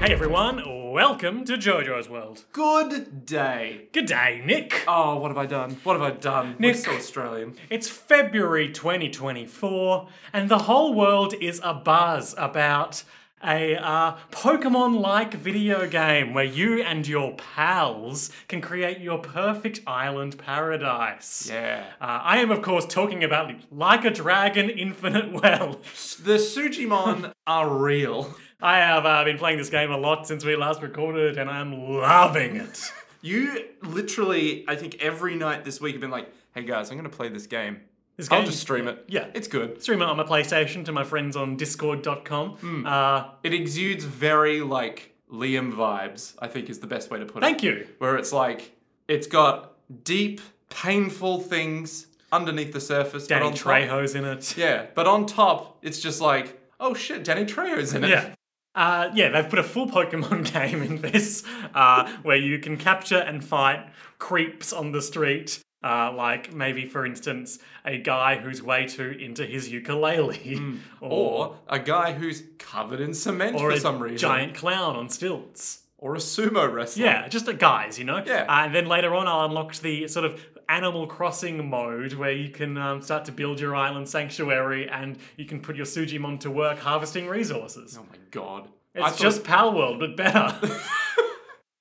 right, everyone, welcome to JoJo's World. Good day. G'day, Nick. Oh, what have I done? What have I done? Nick. We're so Australian. It's February 2024, and the whole world is abuzz about a uh, Pokemon like video game where you and your pals can create your perfect island paradise. Yeah. Uh, I am, of course, talking about Like a Dragon Infinite Wealth. The Sujimon are real. I have uh, been playing this game a lot since we last recorded, and I'm loving it. You literally, I think every night this week have been like, hey guys, I'm going to play this game. This I'll game- just stream it. Yeah. It's good. stream it on my PlayStation to my friends on discord.com. Hmm. Uh, It exudes very, like, Liam vibes, I think is the best way to put it. thank you. Where it's like, it's got deep, painful things underneath the surface. but Danny on top- Trejo's in it. Yeah. But on top, it's just like, oh shit, Danny Trejo's in it. Yeah. Uh, yeah, they've put a full Pokemon game in this, uh, where you can capture and fight creeps on the street. Uh, like maybe, for instance, a guy who's way too into his ukulele, Hmm. Or a guy who's covered in cement or for a some reason. giant clown on stilts. Or a sumo wrestler. Yeah, just the guys, you know. Yeah. Uh, and then later on, I unlocked the sort of Animal Crossing mode where you can um, start to build your island sanctuary and you can put your Sujimon to work harvesting resources. Oh my god. I It's thought- Oh, just Pal World, but better.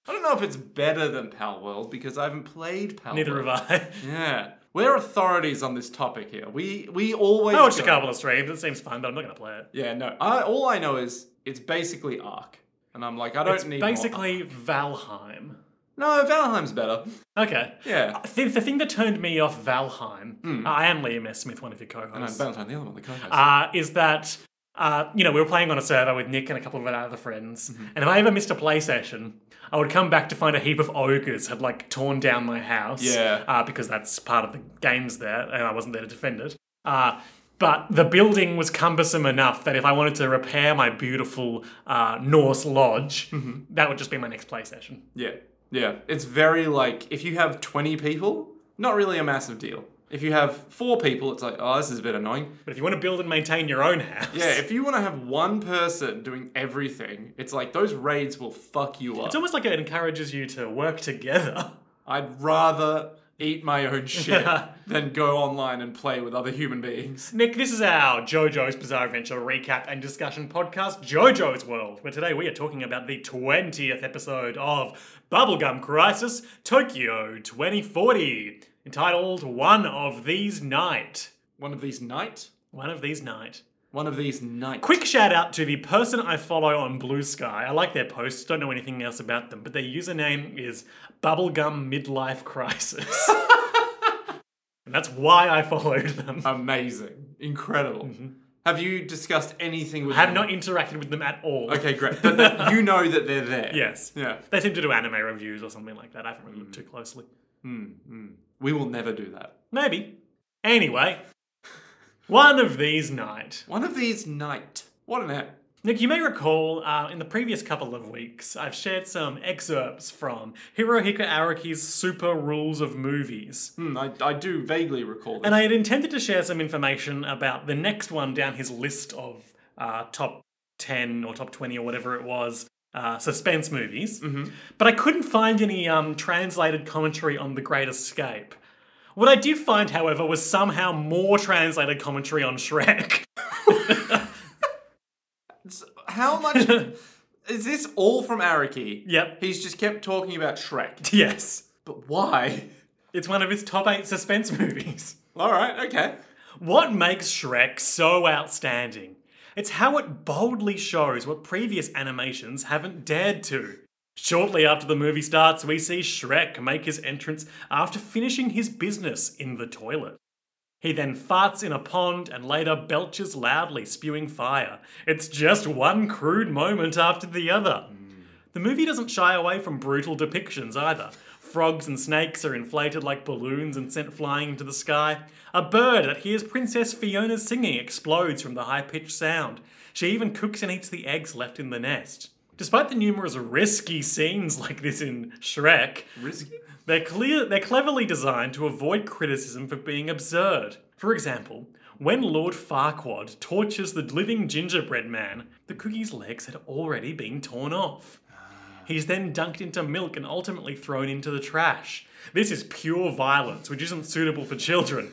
I don't know if it's better than Pal World because I haven't played Pal Neither World. have I. Yeah. We're authorities on this topic here. We we always I watched a go- couple of streams. It seems fun, but I'm not going to play it. Yeah, no. I, all I know is it's basically Ark. And I'm like, I don't It's need more basically Valheim. Ark. No, Valheim's better. Okay. Yeah. The, the thing that turned me off Valheim, I am Liam S. Smith, one of your Hmm. And I'm co-hosts. Valentine, the other one, the co-host. uh, is that uh, you know we were playing on a server with Nick and a couple of our other friends, Mm-hmm. and if I ever missed a play session, I would come back to find a heap of ogres had like torn down my house. Yeah. uh, because that's part of the games there, and I wasn't there to defend it. Uh, but the building was cumbersome enough that if I wanted to repair my beautiful uh, Norse lodge, Mm-hmm. that would just be my next play session. Yeah. Yeah. It's very like if you have 20 people, not really a massive deal. If you have four people, it's like, oh, this is a bit annoying. But if you want to build and maintain your own house, Yeah, if you want to have one person doing everything, it's like those raids will fuck you up. it's almost like it encourages you to work together. I'd rather eat my own shit than go online and play with other human beings. Nick, this is our JoJo's Bizarre Adventure recap and discussion podcast, JoJo's World, where today we are talking about the 20th episode of Bubblegum Crisis Tokyo 2040, entitled One of These Night. One of these night. One of These Night. One of these night. Quick shout out to the person I follow on Blue Sky. I like their posts, don't know anything else about them, but their username is Bubblegum Midlife Crisis. and that's why I followed them. Um, Amazing. Incredible. Have you discussed anything with Mm-hmm. I have not them? interacted with them at all. Okay, great. But that- you know that they're there. Yes. Yeah. They seem to do anime reviews or something like that. I haven't really looked too closely. Hmm, We will never do that. Maybe. Anyway, one of these night. One of these night. What an app. Nick, you may recall uh, in the previous couple of weeks, I've shared some excerpts from Hirohiko Araki's Super Rules of Movies. Hmm, I, I do vaguely recall that. And I had intended to share some information about the next one down his list of uh, top 10 or top 20 or whatever it was uh, suspense movies. But I couldn't find any um, translated commentary on The Great Escape. What I did find, however, was somehow more translated commentary on Shrek. How much is this all from Araki? yep. He's just kept talking about Shrek. Yes. But why? It's one of his top eight suspense movies. All right, okay. What makes Shrek so outstanding? It's how it boldly shows what previous animations haven't dared to. Shortly after the movie starts, we see Shrek make his entrance after finishing his business in the toilet. He then farts in a pond and later belches loudly, spewing fire. It's just one crude moment after the other. The movie doesn't shy away from brutal depictions either. Frogs and snakes are inflated like balloons and sent flying into the sky. A bird that hears Princess Fiona's singing explodes from the high pitched sound. She even cooks and eats the eggs left in the nest. Despite the numerous risky scenes like this in Shrek, Risky? they're, clear, they're cleverly designed to avoid criticism for being absurd. For example, when Lord Farquaad tortures the living gingerbread man, the cookie's legs had already been torn off. He's then dunked into milk and ultimately thrown into the trash. This is pure violence, which isn't suitable for children.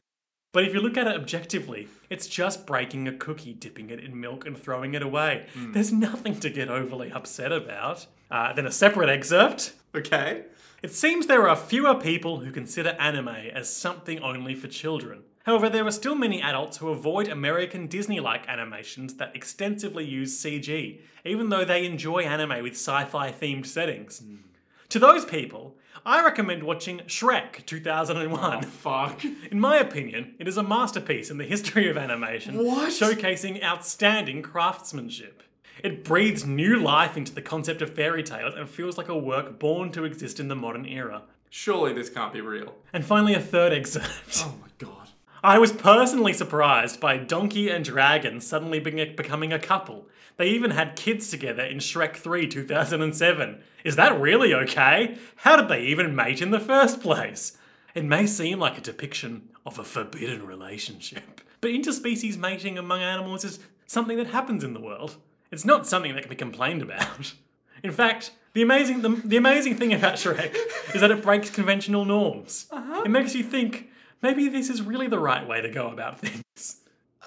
But if you look at it objectively, it's just breaking a cookie, dipping it in milk, and throwing it away. There's nothing to get overly upset about. Uh, then a separate excerpt. Okay. It seems there are fewer people who consider anime as something only for children. However, there are still many adults who avoid American Disney like animations that extensively use CG, even though they enjoy anime with sci fi themed settings. To those people, I recommend watching Shrek 2001. Fuck. In my opinion, it is a masterpiece in the history of animation, What? showcasing outstanding craftsmanship. It breathes new life into the concept of fairy tales and feels like a work born to exist in the modern era. Surely this can't be real. And finally, a third excerpt. Oh my god. I was personally surprised by Donkey and Dragon suddenly being- becoming a couple. They even had kids together in Shrek 3 2007. Is that really okay? How did they even mate in the first place? It may seem like a depiction of a forbidden relationship, but interspecies mating among animals is something that happens in the world. It's not something that can be complained about. In fact, the amazing the, the amazing thing about Shrek is that it breaks conventional norms. Uh-huh. It makes you think maybe this is really the right way to go about things. Uh,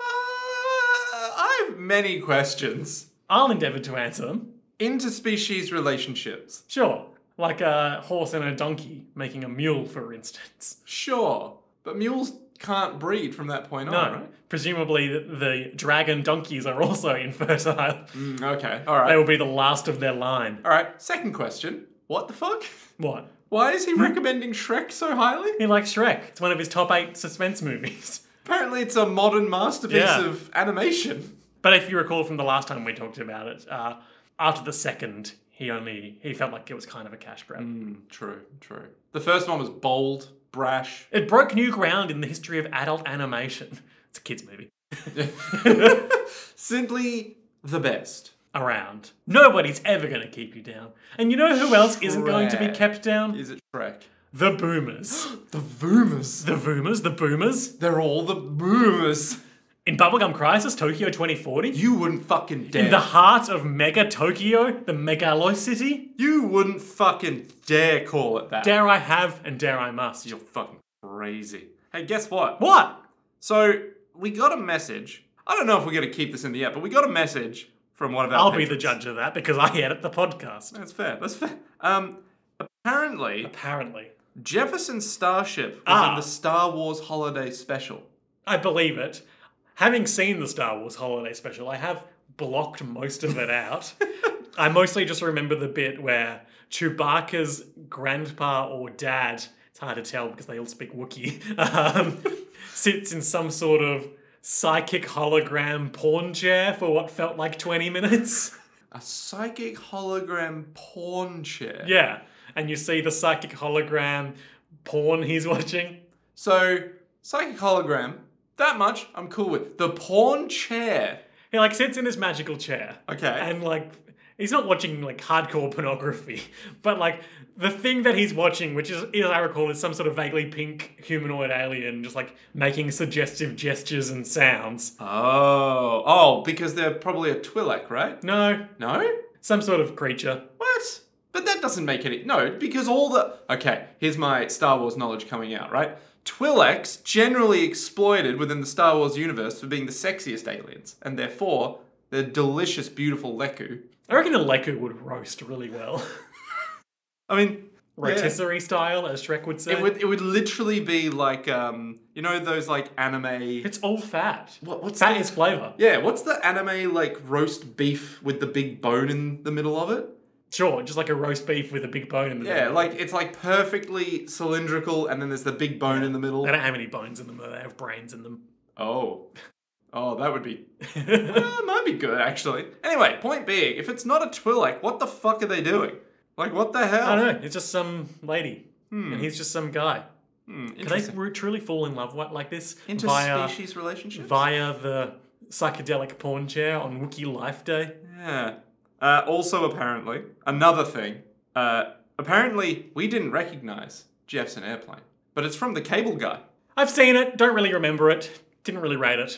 I have many questions. I'll endeavour to answer them. Interspecies relationships. Sure, like a horse and a donkey making a mule, for instance. Sure. But mules can't breed from that point No, on, right? presumably the, the dragon donkeys are also infertile. Mm, okay. All right. They will be the last of their line. All right. Second question. What the fuck? What? Why is he recommending Shrek so highly? He likes Shrek. It's one of his top eight suspense movies. Apparently, it's a modern masterpiece Yeah. of animation. But if you recall from the last time we talked about it, uh, after the second, he only he felt like it was kind of a cash grab. Mm. Hmm, True, true. The first one was bold, brash. It broke new ground in the history of adult animation. It's a kids movie. Simply the best. Around. Nobody's ever going to keep you down. And you know who else isn't going to be Shrek. kept down? Is it Shrek? The boomers. The boomers. The boomers, the boomers. They're all the boomers. In Bubblegum Crisis, Tokyo 2040, You wouldn't fucking dare. in the heart of Mega Tokyo, the Megalo City, you wouldn't fucking dare call it that. dare I have and dare I must. You're fucking crazy. Hey, guess what? What? So we got a message. I don't know if we're gonna keep this in the app, but we got a message from one of our. I'll be the patrons. judge of that because I edit the podcast. That's fair. That's fair. Um, apparently Apparently. Jefferson Starship was Ah. in the Star Wars Holiday Special. I believe it. Having seen the Star Wars Holiday Special, I have blocked most of it out. I mostly just remember the bit where Chewbacca's grandpa or dad, it's hard to tell because they all speak Wookiee, um, sits in some sort of psychic hologram porn chair for what felt like 20 minutes. A psychic hologram porn chair. Yeah. And you see the psychic hologram porn he's watching. So, psychic hologram, that much I'm cool with. The porn chair. He like sits in his magical chair. Okay. and like he's not watching like hardcore pornography, but like the thing that he's watching, which is, as I recall, is some sort of vaguely pink humanoid alien just like making suggestive gestures and sounds. oh, oh, because they're probably a Twi'lek, right? No, No? some sort of creature. What? But that doesn't make any. No, because all the. Okay, here's my Star Wars knowledge coming out, right? Twi'leks generally exploited within the Star Wars universe for being the sexiest aliens, and therefore, they're delicious, beautiful Leku. I reckon a Leku would roast really well, I mean, yeah. rotisserie style, as Shrek would say. It would it would literally be like um you know those like anime It's all fat. what, what's Fat the- is flavor. yeah what's the anime like roast beef with the big bone in the middle of it Sure, just like a roast beef with a big bone in the yeah middle. like it's like perfectly cylindrical and then there's the big bone in the middle They don't have any bones in them, though. They have brains in them. oh oh that would be that might be good actually anyway point being if it's not a Twi'lek what the fuck are they doing like what the hell I don't know. It's just some lady, and he's just some guy. Hmm, Can they interesting. re- truly fall in love what, like this via interspecies relationships via the psychedelic porn chair on Wookiee Life Day? Yeah. Uh, also, apparently, another thing. Uh, apparently, we didn't recognize Jeff's an airplane, but it's from the cable guy. I've seen it. Don't really remember it. Didn't really rate it.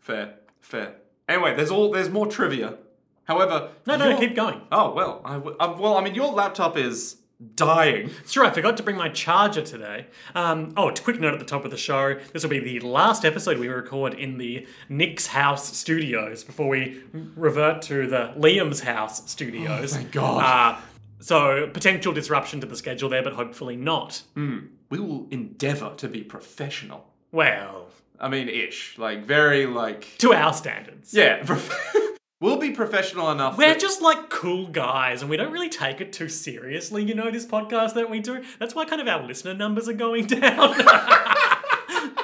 Fair, fair. Anyway, there's all there's more trivia. However, No, no, your- keep going. Oh well, I w- uh, well, I mean, your laptop is dying. It's true, I forgot to bring my charger today. Um, oh, a quick note at the top of the show this will be the last episode we record in the Nick's House studios before we revert to the Liam's House studios. Oh, thank God. Uh, so, potential disruption to the schedule there, but hopefully not. We will endeavor to be professional. Well, I mean, ish, like very like to our standards. yeah. prof- we'll be professional enough. We're that- just like cool guys and we don't really take it too seriously, you know, this podcast that we do. That's why kind of our listener numbers are going down.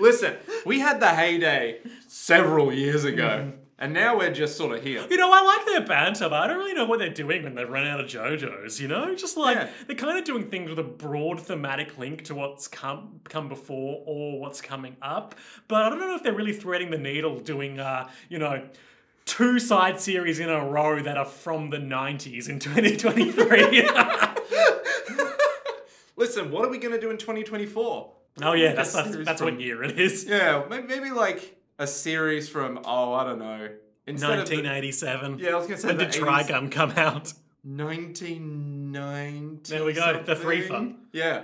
listen. We had the heyday several years ago, Mm-hmm. and now we're just sort of here. You know, I like their banter, but I don't really know what they're doing when they've run out of JoJo's, you know? Just like, Yeah. they're kind of doing things with a broad thematic link to what's come come before or what's coming up. But I don't know if they're really threading the needle doing, uh, you know, two side series in a row that are from the 90s in 2023. Listen, what are we gonna do in 2024? oh, yeah, that's, that's, series that's from- what year it is. Yeah, maybe, maybe like a series from oh, I don't know. Instead of the- 1987. yeah, I was gonna say When the did 80s. Trigun come out? 1990. There we go, the three something. Yeah.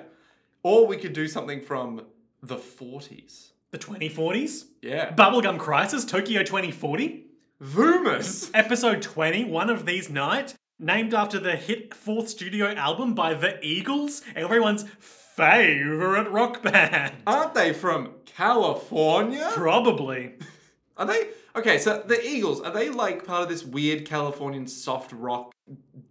Or we could do something from the 40s. The 2040s? Yeah. Bubblegum Crisis, Tokyo 2040? Vumus. Episode 20, One of These Night, named after the hit fourth studio album by The Eagles, everyone's favourite rock band. Aren't they from California? Probably. Are they? Okay, so the Eagles, are they like part of this weird Californian soft rock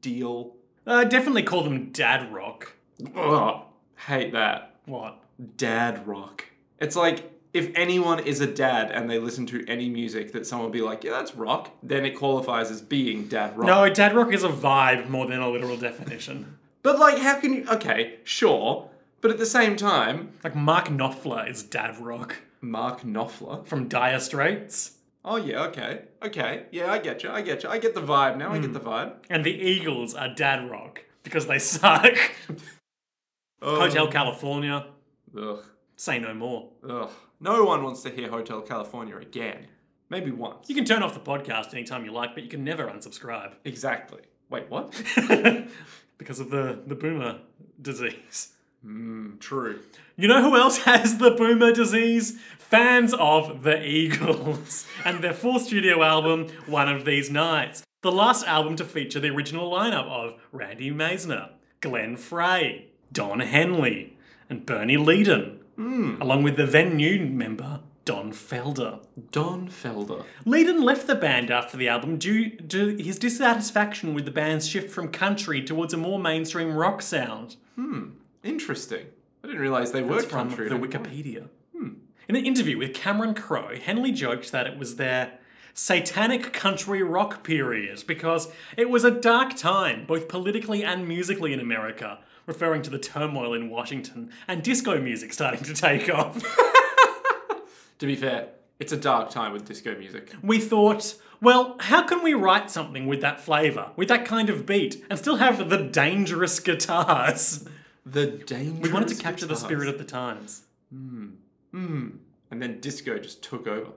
deal? I Uh, definitely call them dad rock. Ugh, hate that. What? Dad rock. It's like if anyone is a dad and they listen to any music that someone would be like, yeah, that's rock, then it qualifies as being dad rock. No, dad rock is a vibe more than a literal definition. But like, how can you? Okay, sure. But at the same time, Like Mark Knopfler is dad rock Mark Knopfler. from Dire Straits. Oh yeah, okay, okay, yeah, I get you, I get you, I get the vibe now. I Hmm. get the vibe. And the Eagles are dad rock because they suck. Ugh. Hotel California, Oh, Ugh, say no more. ugh. No one wants to hear Hotel California again. Maybe once. You can turn off the podcast anytime you like, but you can never unsubscribe. Exactly. Wait, what? because of the, the boomer disease. mm, true. You know who else has the boomer disease? Fans of the Eagles and their fourth studio album, One of These Nights. The last album to feature the original lineup of Randy Maisner, Glenn Frey, Don Henley, and Bernie Leadon, Mm. along with the then new member, Don Felder. Don Felder. Leadon left the band after the album due to his dissatisfaction with the band's shift from country towards a more mainstream rock sound. Interesting. I didn't realize they were from country. the at any point. Wikipedia. Hmm. In an interview with Cameron Crowe, Henley joked that it was their satanic country rock period because it was a dark time, both politically and musically in America, referring to the turmoil in Washington and disco music starting to take off. To be fair, it's a dark time with disco music. we thought, well, how can we write something with that flavour, with that kind of beat, and still have the dangerous guitars? The dangerous. We wanted to capture the spirit of the times And then disco just took over.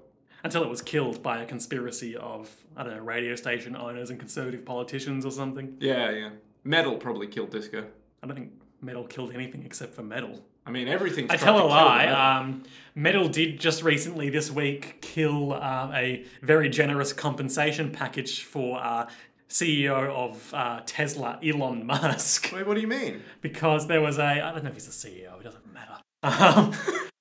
until it was killed by a conspiracy of, I don't know, radio station owners and conservative politicians or something. Yeah, yeah. Metal probably killed disco. I don't think metal killed anything except for metal. I mean, everything's. I tell a lie. Um, metal did just recently this week kill uh, a very generous compensation package for uh, CEO of uh, Tesla, Elon Musk. Wait, what do you mean? because there was a I don't know if he's the CEO. It doesn't matter. Um,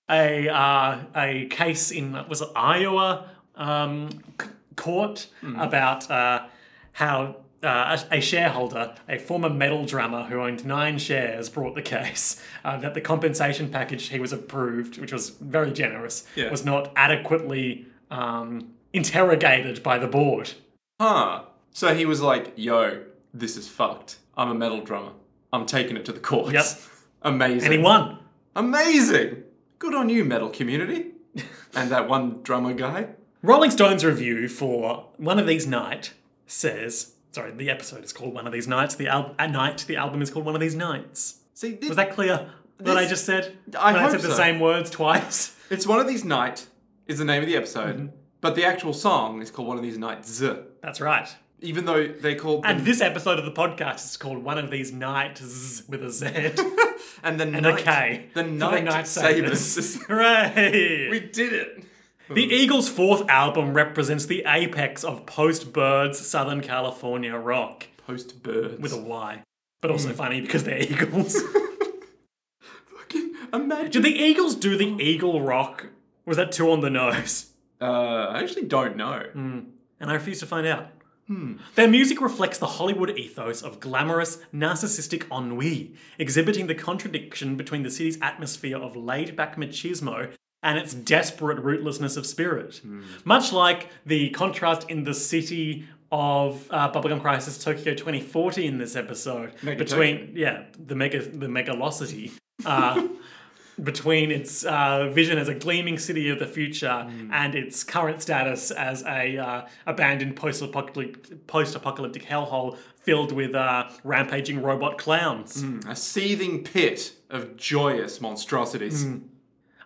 a uh, a case in was it Iowa um, c- court about uh, how. Uh, a, a shareholder, a former metal drummer who owned nine shares, brought the case uh, that the compensation package he was approved, which was very generous, Yeah. was not adequately um, interrogated by the board. Huh. So he was like, yo, this is fucked. I'm a metal drummer. I'm taking it to the courts. Yep. Amazing. And he won. Amazing. Good on you, metal community. and that one drummer guy. Rolling Stone's review for One of These Night says, sorry, the episode is called One of These Nights. The al- at night, the album is called One of These Nights. See, Was that clear? What This- I just said? I When I hope said the so. same words twice. It's one of these night is the name of the episode, Mm-hmm. but the actual song is called one of these nights. That's right. Even though they called And them- this episode of the podcast is called One of These Nights with a Z and the and night, a K. the for night, sabers. Hooray! we did it. The Eagles' fourth album represents the apex of post Birds Southern California rock Post birds with a Y, but Hmm. also funny because they're Eagles. fucking imagine. Did the Eagles do the Eagle Rock? Was that two on the nose? Uh, I actually don't know. Hmm. And I refuse to find out. Their music reflects the Hollywood ethos of glamorous, narcissistic ennui, exhibiting the contradiction between the city's atmosphere of laid back machismo and its desperate rootlessness of spirit. Much like the contrast in the city of uh, Bubblegum Crisis Tokyo 2040 in this episode, Mega between, yeah, the mega, the megalosity. Uh, between its uh, vision as a gleaming city of the future and its current status as a uh, abandoned post-apocalyptic, post-apocalyptic hellhole filled with uh, rampaging robot clowns. A seething pit of joyous monstrosities. Hmm.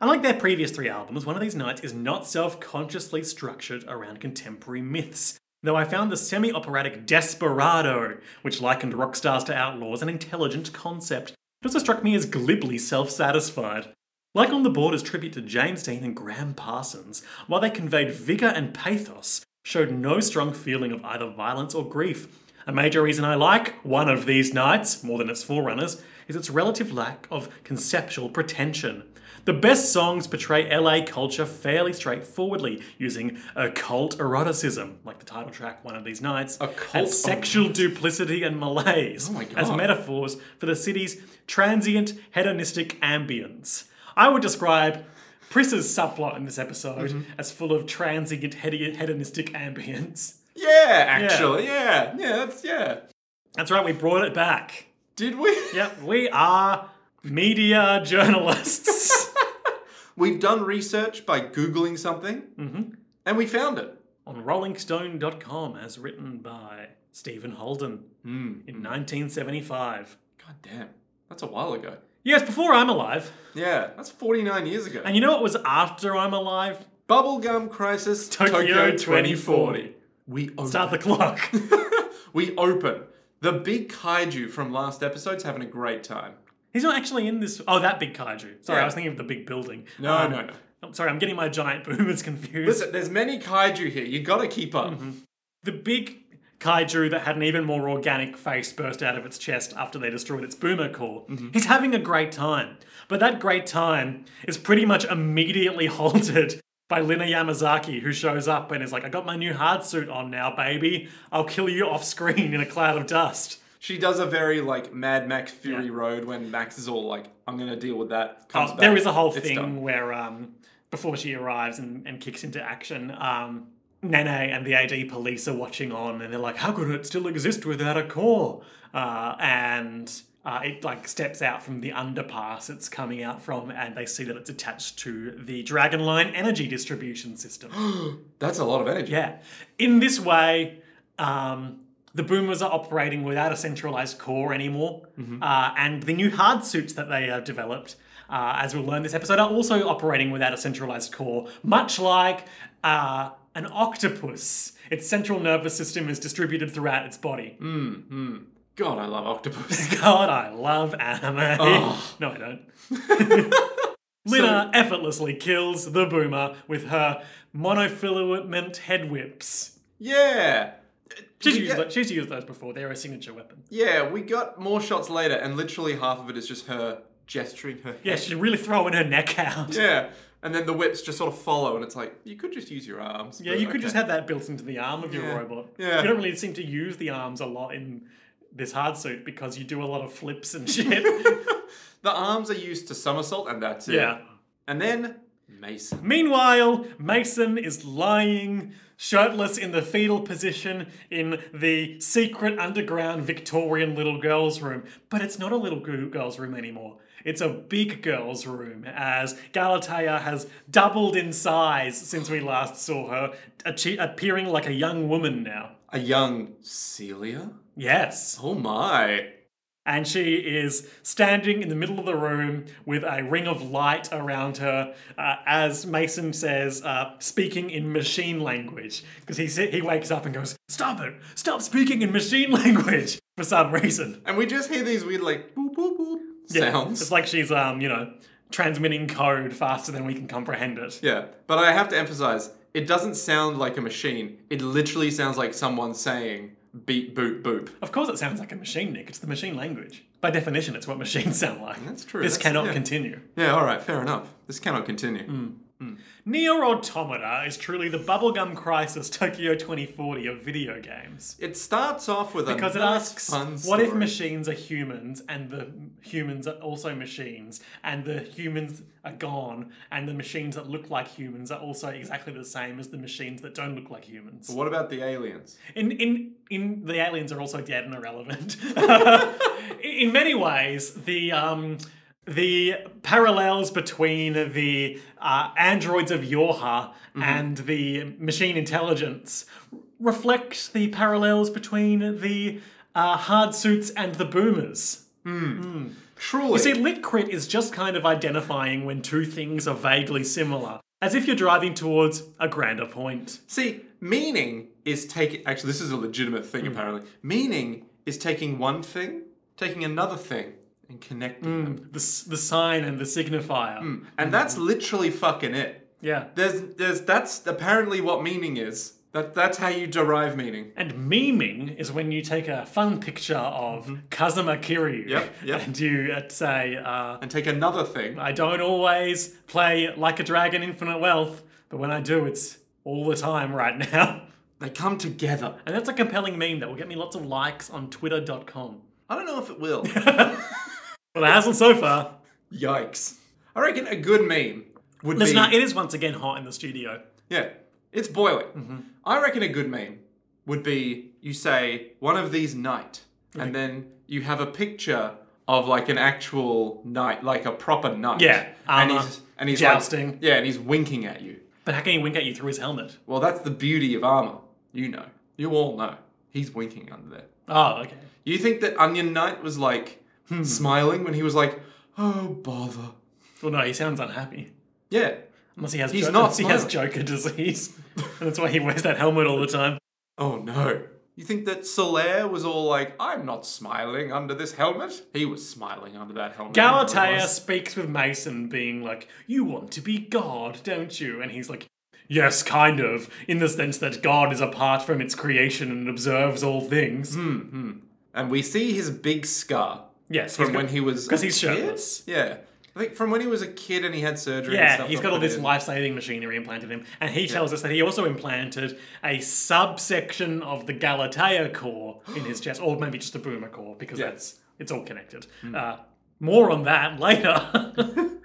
Unlike their previous three albums, One of These Nights is not self-consciously structured around contemporary myths. Though I found the semi-operatic Desperado, which likened rock stars to outlaws, an intelligent concept. It also struck me as glibly self-satisfied. Like on the Borders tribute to James Dean and Graham Parsons, while they conveyed vigour and pathos, showed no strong feeling of either violence or grief. A major reason I like one of these nights, more than its forerunners, is its relative lack of conceptual pretension. The best songs portray LA culture fairly straightforwardly, using occult eroticism, like the title track One of These Nights, Occult and sexual duplicity and malaise Oh my as God. metaphors for the city's transient hedonistic ambience. I would describe Pris's subplot in this episode Mm-hmm. as full of transient hedi- hedonistic ambience. Yeah, actually, yeah. yeah, that's yeah. That's right, we brought it back. Did we? Yep, we are media journalists. We've done research by googling something, Mm-hmm. and we found it. On rollingstone.com, as written by Stephen Holden Hmm. in 1975. God damn, that's a while ago. Yes, before I'm alive. Yeah, that's 49 years ago. And you know what was after I'm alive? Bubblegum Crisis Tokyo Tokyo, 2040. 2040. We open. Start the clock. we open. The big kaiju from last episode's having a great time. He's not actually in this. Oh, that big kaiju. Sorry, Yeah. I was thinking of the big building. No, Um, no, no. I'm sorry, I'm getting my giant boomers confused. Listen, there's many kaiju here. You gotta keep up. Mm-hmm. The big kaiju that had an even more organic face burst out of its chest after they destroyed its boomer core. Mm-hmm. He's having a great time. But that great time is pretty much immediately halted by Lina Yamazaki, who shows up and is like, I got my new hard suit on now, baby. I'll kill you off screen in a cloud of dust. She does a very like Mad Max Fury Road when Max is all like, "I'm gonna deal with that." Comes Oh, back, there is a whole it's thing done. where um, before she arrives and, and kicks into action, um, Nene and the AD police are watching on, and they're like, "How could it still exist without a core?" Uh, and uh, it like steps out from the underpass it's coming out from, and they see that it's attached to the Dragon Line energy distribution system. That's a lot of energy. Yeah. In this way, um, the boomers are operating without a centralized core anymore. Uh, and the new hard suits that they have developed, uh, as we'll learn this episode, are also operating without a centralized core, much like uh, an octopus. Its central nervous system is distributed throughout its body. God, I love octopus. God, I love anime. Oh. No, I don't. Lina effortlessly kills the boomer with her monofilament head whips. yeah, She's We used, get- tho- she's used those before. They're a signature weapon. yeah. We got more shots later, and literally half of it is just her gesturing her. Yeah, she's really throwing her neck out. Yeah, Yeah, and then the whips just sort of follow, and it's like you could just use your arms. but you could okay. just have that built into the arm of your Yeah. robot. Yeah. You don't really seem to use the arms a lot in this hard suit because you do a lot of flips and shit. the arms are used to somersault, and that's it. yeah. and then Mason. Meanwhile, Mason is lying, shirtless in the fetal position in the secret underground Victorian little girl's room. But it's not a little goo- girl's room anymore. It's a big girl's room, as Galatea has doubled in size since we last saw her, achi- appearing like a young woman now. A young Celia. Yes. Oh my. And she is standing in the middle of the room with a ring of light around her, uh, as Mason says, uh, speaking in machine language. Because he, si- he wakes up and goes, Stop it! Stop speaking in machine language! For some reason. And we just hear these weird, like, boop, boop, boop Yeah, sounds. It's like she's, um, you know, transmitting code faster than we can comprehend it. Yeah, but I have to emphasize, it doesn't sound like a machine. It literally sounds like someone saying beep, boop, boop. Of course, it sounds like a machine, Nick. It's the machine language. By definition, it's what machines sound like. That's true. This That's- cannot yeah. continue. Yeah, all right, fair enough. This cannot continue. Hmm. Near Automata is truly the bubblegum crisis Tokyo 2040 of video games. It starts off with a Because it nice, asks, fun what if story. machines are humans and the humans are also machines and the humans are gone and the machines that look like humans are also exactly the same as the machines that don't look like humans? What about the aliens? In in in the aliens are also dead and irrelevant. in many ways, the um the parallels between the uh, androids of Yorha and the machine intelligence reflect the parallels between the uh, hard suits and the boomers. Truly. See, lit crit is just kind of identifying when two things are vaguely similar, as if you're driving towards a grander point. See, meaning is taking. Actually, this is a legitimate thing, apparently. Meaning is taking one thing, taking another thing, and connecting them. The, s- the sign and the signifier. And that's literally fucking it. Yeah. There's, there's, that's apparently what meaning is. That, that's how you derive meaning. And memeing is when you take a fun picture of Kazuma Kiryu Mm-hmm. Yep, yep. and you uh, say, uh, And take another thing. I don't always play like a dragon infinite wealth, but when I do, it's all the time right now. They come together. And that's a compelling meme that will get me lots of likes on twitter.com. I don't know if it will. Well, it hasn't so far. Yikes. I reckon a good meme would Listen, uh, be. it is once again hot in the studio. Yeah, it's boiling. Mm-hmm. I reckon a good meme would be you say one of these night, and then you have a picture of like an actual knight, like a proper knight. Yeah, and armor, he's and he's jousting. Like, yeah, and he's winking at you. But how can he wink at you through his helmet? Well, that's the beauty of armor. You know, you all know. He's winking under there. Oh, okay. You think that Onion Knight was like Hmm. smiling when he was like, "Oh bother." Well, no, he sounds unhappy. Yeah. Unless he has, He's Joker- not unless he has smiling. Joker disease. and that's why he wears that helmet all the time. Oh no. You think that Solaire was all like, I'm not smiling under this helmet? He was smiling under that helmet. Galatea speaks with Mason, being like, You want to be God, don't you? And he's like, Yes, kind of, in the sense that God is apart from its creation and observes all things. Hmm. And we see his big scar Yes, from when he was. Because he's a kid? shirtless. Yeah. I think from when he was a kid and he had surgery and Yeah, stuff he's got up all this in. life saving machinery implanted in him. And he tells us that he also implanted a subsection of the Galatea core in his chest, or maybe just a boomer core, because that's it's all connected. Uh, more on that later.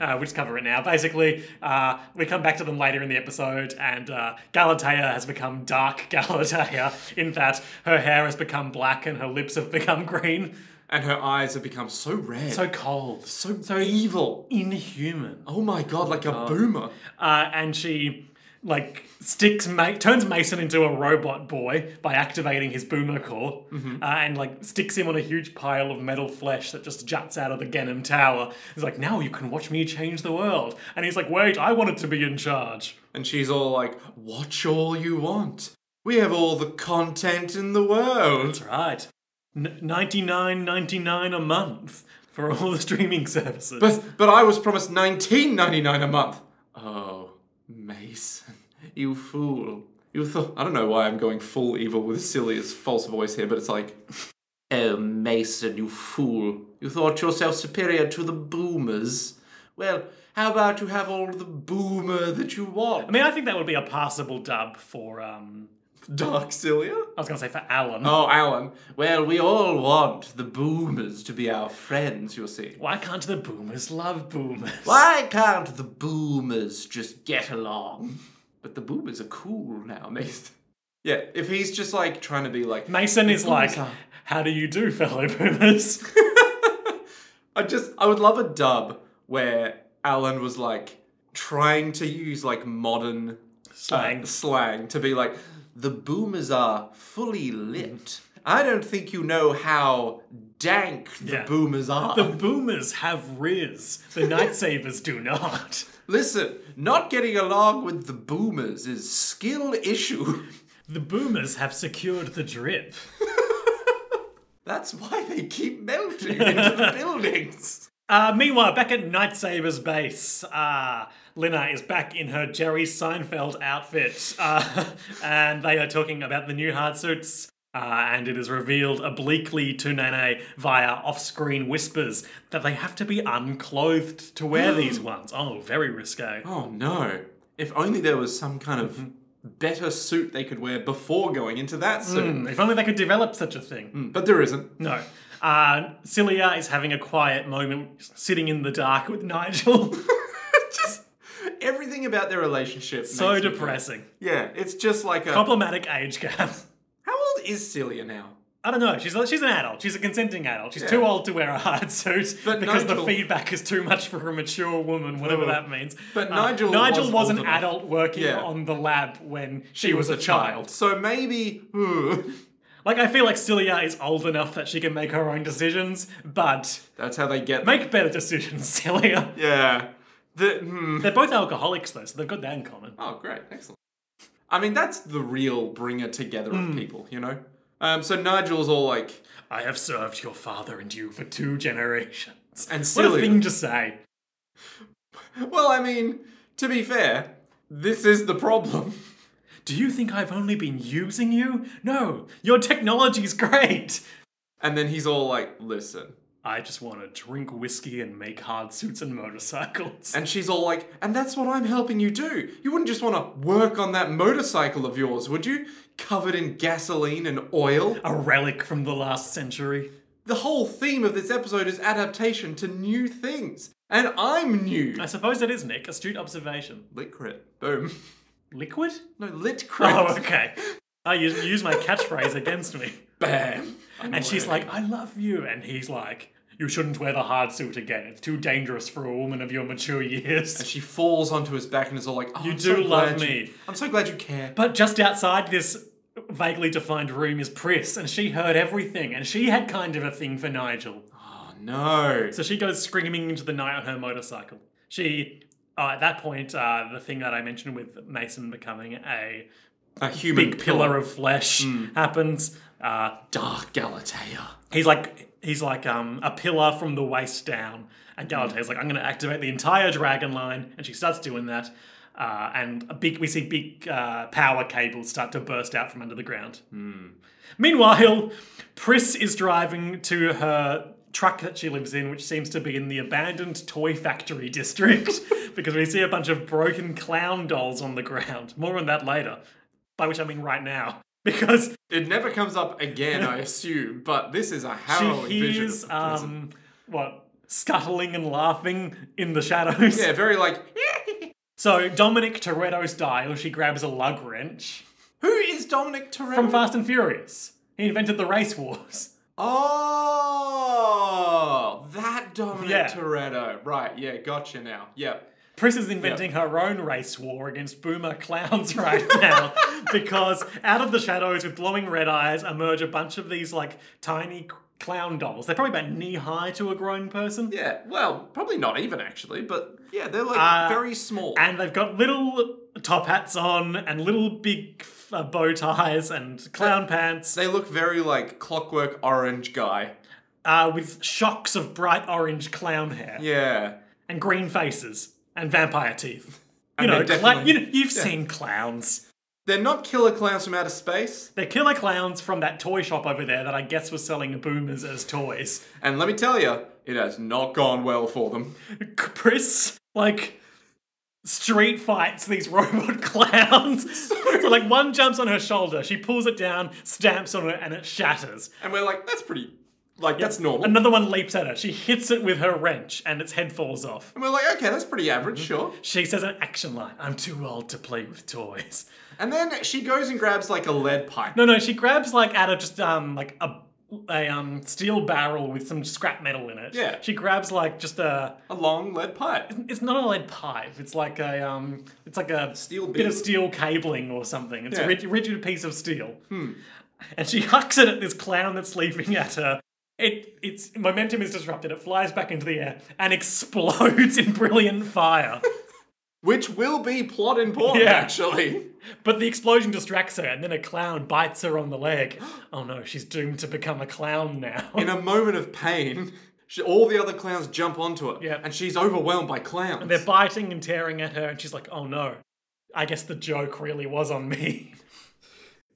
Uh, we just cover it now. Basically, uh, we come back to them later in the episode, and uh, Galatea has become dark Galatea in that her hair has become black and her lips have become green. And her eyes have become so red. So cold, so, evil. inhuman. Oh my god, like a boomer. uh, and she like sticks Ma- turns Mason into a robot boy by activating his boomer core, Mm-hmm. uh, and like sticks him on a huge pile of metal flesh that just juts out of the Ganem Tower. He's like, "Now you can watch me change the world," and he's like, "Wait, I wanted to be in charge." And she's all like, watch all you want. We have all the content in the world. That's right, N- ninety nine ninety nine a month for all the streaming services. But but I was promised nineteen ninety nine a month. Oh, Mason, you fool! You thought I don't know why I'm going full evil with silly as false voice here, but it's like, oh Mason, you fool! You thought yourself superior to the boomers. Well, how about you have all the boomer that you I want? mean, I think that would be a passable dub for um. Dark Cilia. I was gonna say for Alan. Oh, Alan. Well, we all want the boomers to be our friends. You see. Why can't the boomers love boomers? Why can't the boomers just get along? But the boomers are cool now, mate. Yeah, if he's just like trying to be like, Mason is like, Boomer. how do you do, fellow boomers? I just, I would love a dub where Alan was like trying to use like modern Slang. slang to be like, the boomers are fully lit I don't think you know how dank the Yeah. boomers are. The boomers have riz. The Nightsavers do not. Listen, not getting along with the boomers is skill issue. The boomers have secured the drip. That's why they keep melting into the buildings. Uh, meanwhile, back at Nightsaber's base, uh, Lina is back in her Jerry Seinfeld outfit, uh, and they are talking about the new hard suits. Uh, and it is revealed obliquely to Nene via off screen whispers that they have to be unclothed to wear these ones. Oh, very risque. Oh no. If only there was some kind of Mm-hmm. better suit they could wear before going into that suit. Hmm, If only they could develop such a thing. But there isn't. No. Uh, Celia is having a quiet moment sitting in the dark with Nigel. just everything about their relationship. so makes me- depressing. Yeah, it's just like a. Problematic age gap. How old is Celia now? I don't know. She's she's an adult. She's a consenting adult. She's Yeah. too old to wear a hard suit But because Nigel- the feedback is too much for a mature woman, whatever Oh. that means. Uh, But Nigel Nigel was was, old an enough. adult working Yeah. on the lab when she, was, a child. So maybe. hmm, Like I feel like Celia is old enough that she can make her own decisions, but That's how they get. make better decisions, Celia. yeah. The, hmm. They're both alcoholics though, so they've got that in common. Oh, great. Excellent. I mean, that's the real bringer together of Mm. people, you know? Um, so Nigel's all like, I have served your father and you for two generations. and What a Celia. thing to say. Well, I mean, to be fair, this is the problem. Do you think I've only been using you? No, your technology's great. And then he's all like, listen. I just want to drink whiskey and make hard suits and motorcycles. And she's all like, and that's what I'm helping you do. You wouldn't just want to work on that motorcycle of yours, would you? Covered in gasoline and oil. A relic from the last century. The whole theme of this episode is adaptation to new things. And I'm new. I suppose that is, Nick. Astute observation. Lit crit. Boom. Liquid? No, lit crit. Oh, okay. I use, use my catchphrase against me. Bam. And she's like, I love you. And he's like, You shouldn't wear the hard suit again. It's too dangerous for a woman of your mature years. And she falls onto his back and is all like, oh, You I'm do so glad love you- me. I'm so glad you care. But just outside this vaguely defined room is Priss, and she heard everything, and she had kind of a thing for Nigel. Oh, no. So she goes screaming into the night on her motorcycle. She, uh, at that point, uh, the thing that I mentioned with Mason becoming a A human big Mm. pillar of flesh happens. Uh, Dark Galatea. he's like he's like um, a pillar from the waist down, and Galatea's like, I'm going to activate the entire dragon line, and she starts doing that. Uh, and a big, we see big uh, power cables start to burst out from under the ground. Meanwhile, Priss is driving to her truck that she lives in, which seems to be in the abandoned toy factory district, because we see a bunch of broken clown dolls on the ground. More on that later, by which I mean right now. Because It never comes up again, I assume, but this is a she harrowing vision. hears, of the prison. um, what, scuttling and laughing in the shadows. Yeah, very like, So Dominic Toretto's style, she grabs a lug wrench who is Dominic Toretto? from Fast and Furious. He invented the race wars. oh, that Dominic Yeah. Toretto. Right, yeah, gotcha now. Yep. Pris is inventing her own race war against boomer clowns right now because out of the shadows with glowing red eyes emerge a bunch of these like tiny clown dolls. They're probably about knee high to a grown person. Yeah, well, probably not even actually, but yeah, they're like Uh, very small. And they've got little top hats on and little big uh, bow ties and clown pants they look very like clockwork orange guy. uh, with shocks of bright orange clown hair Yeah. and green faces and vampire teeth. You And know, they're cla- definitely- you know, you've seen clowns. They're not killer clowns from outer space. They're killer clowns from that toy shop over there that I guess was selling the boomers as toys. And let me tell you, it has not gone well for them. Chris, like, street fights these robot clowns. so, like, one jumps on her shoulder, she pulls it down, stamps on it, and it shatters. And we're like, that's pretty, like, that's normal. Another one leaps at her, she hits it with her wrench, and its head falls off. And we're like, okay, that's pretty average, Mm-hmm. sure. She says an action line I'm too old to play with toys. And then she goes and grabs like a lead pipe. No, no, she grabs, like, out of just, um, like, a. A um, steel barrel with some scrap metal in it. Yeah. She grabs like just a A long lead pipe. it's not a lead pipe. It's like a um, it's like a Steel bit beam. of steel cabling or something. It's Yeah. Hmm. a rigid, rigid piece of steel. and she hucks it at this clown that's leaping at her. It its momentum is disrupted. It flies back into the air and explodes in brilliant fire. Which will be plot important, Yeah. actually. But the explosion distracts her, and then a clown bites her on the leg. Oh no, she's doomed to become a clown now. In a moment of pain, she, all the other clowns jump onto it, Yeah. and she's overwhelmed by clowns. They're biting and tearing at her, and she's like, oh no, I guess the joke really was on me.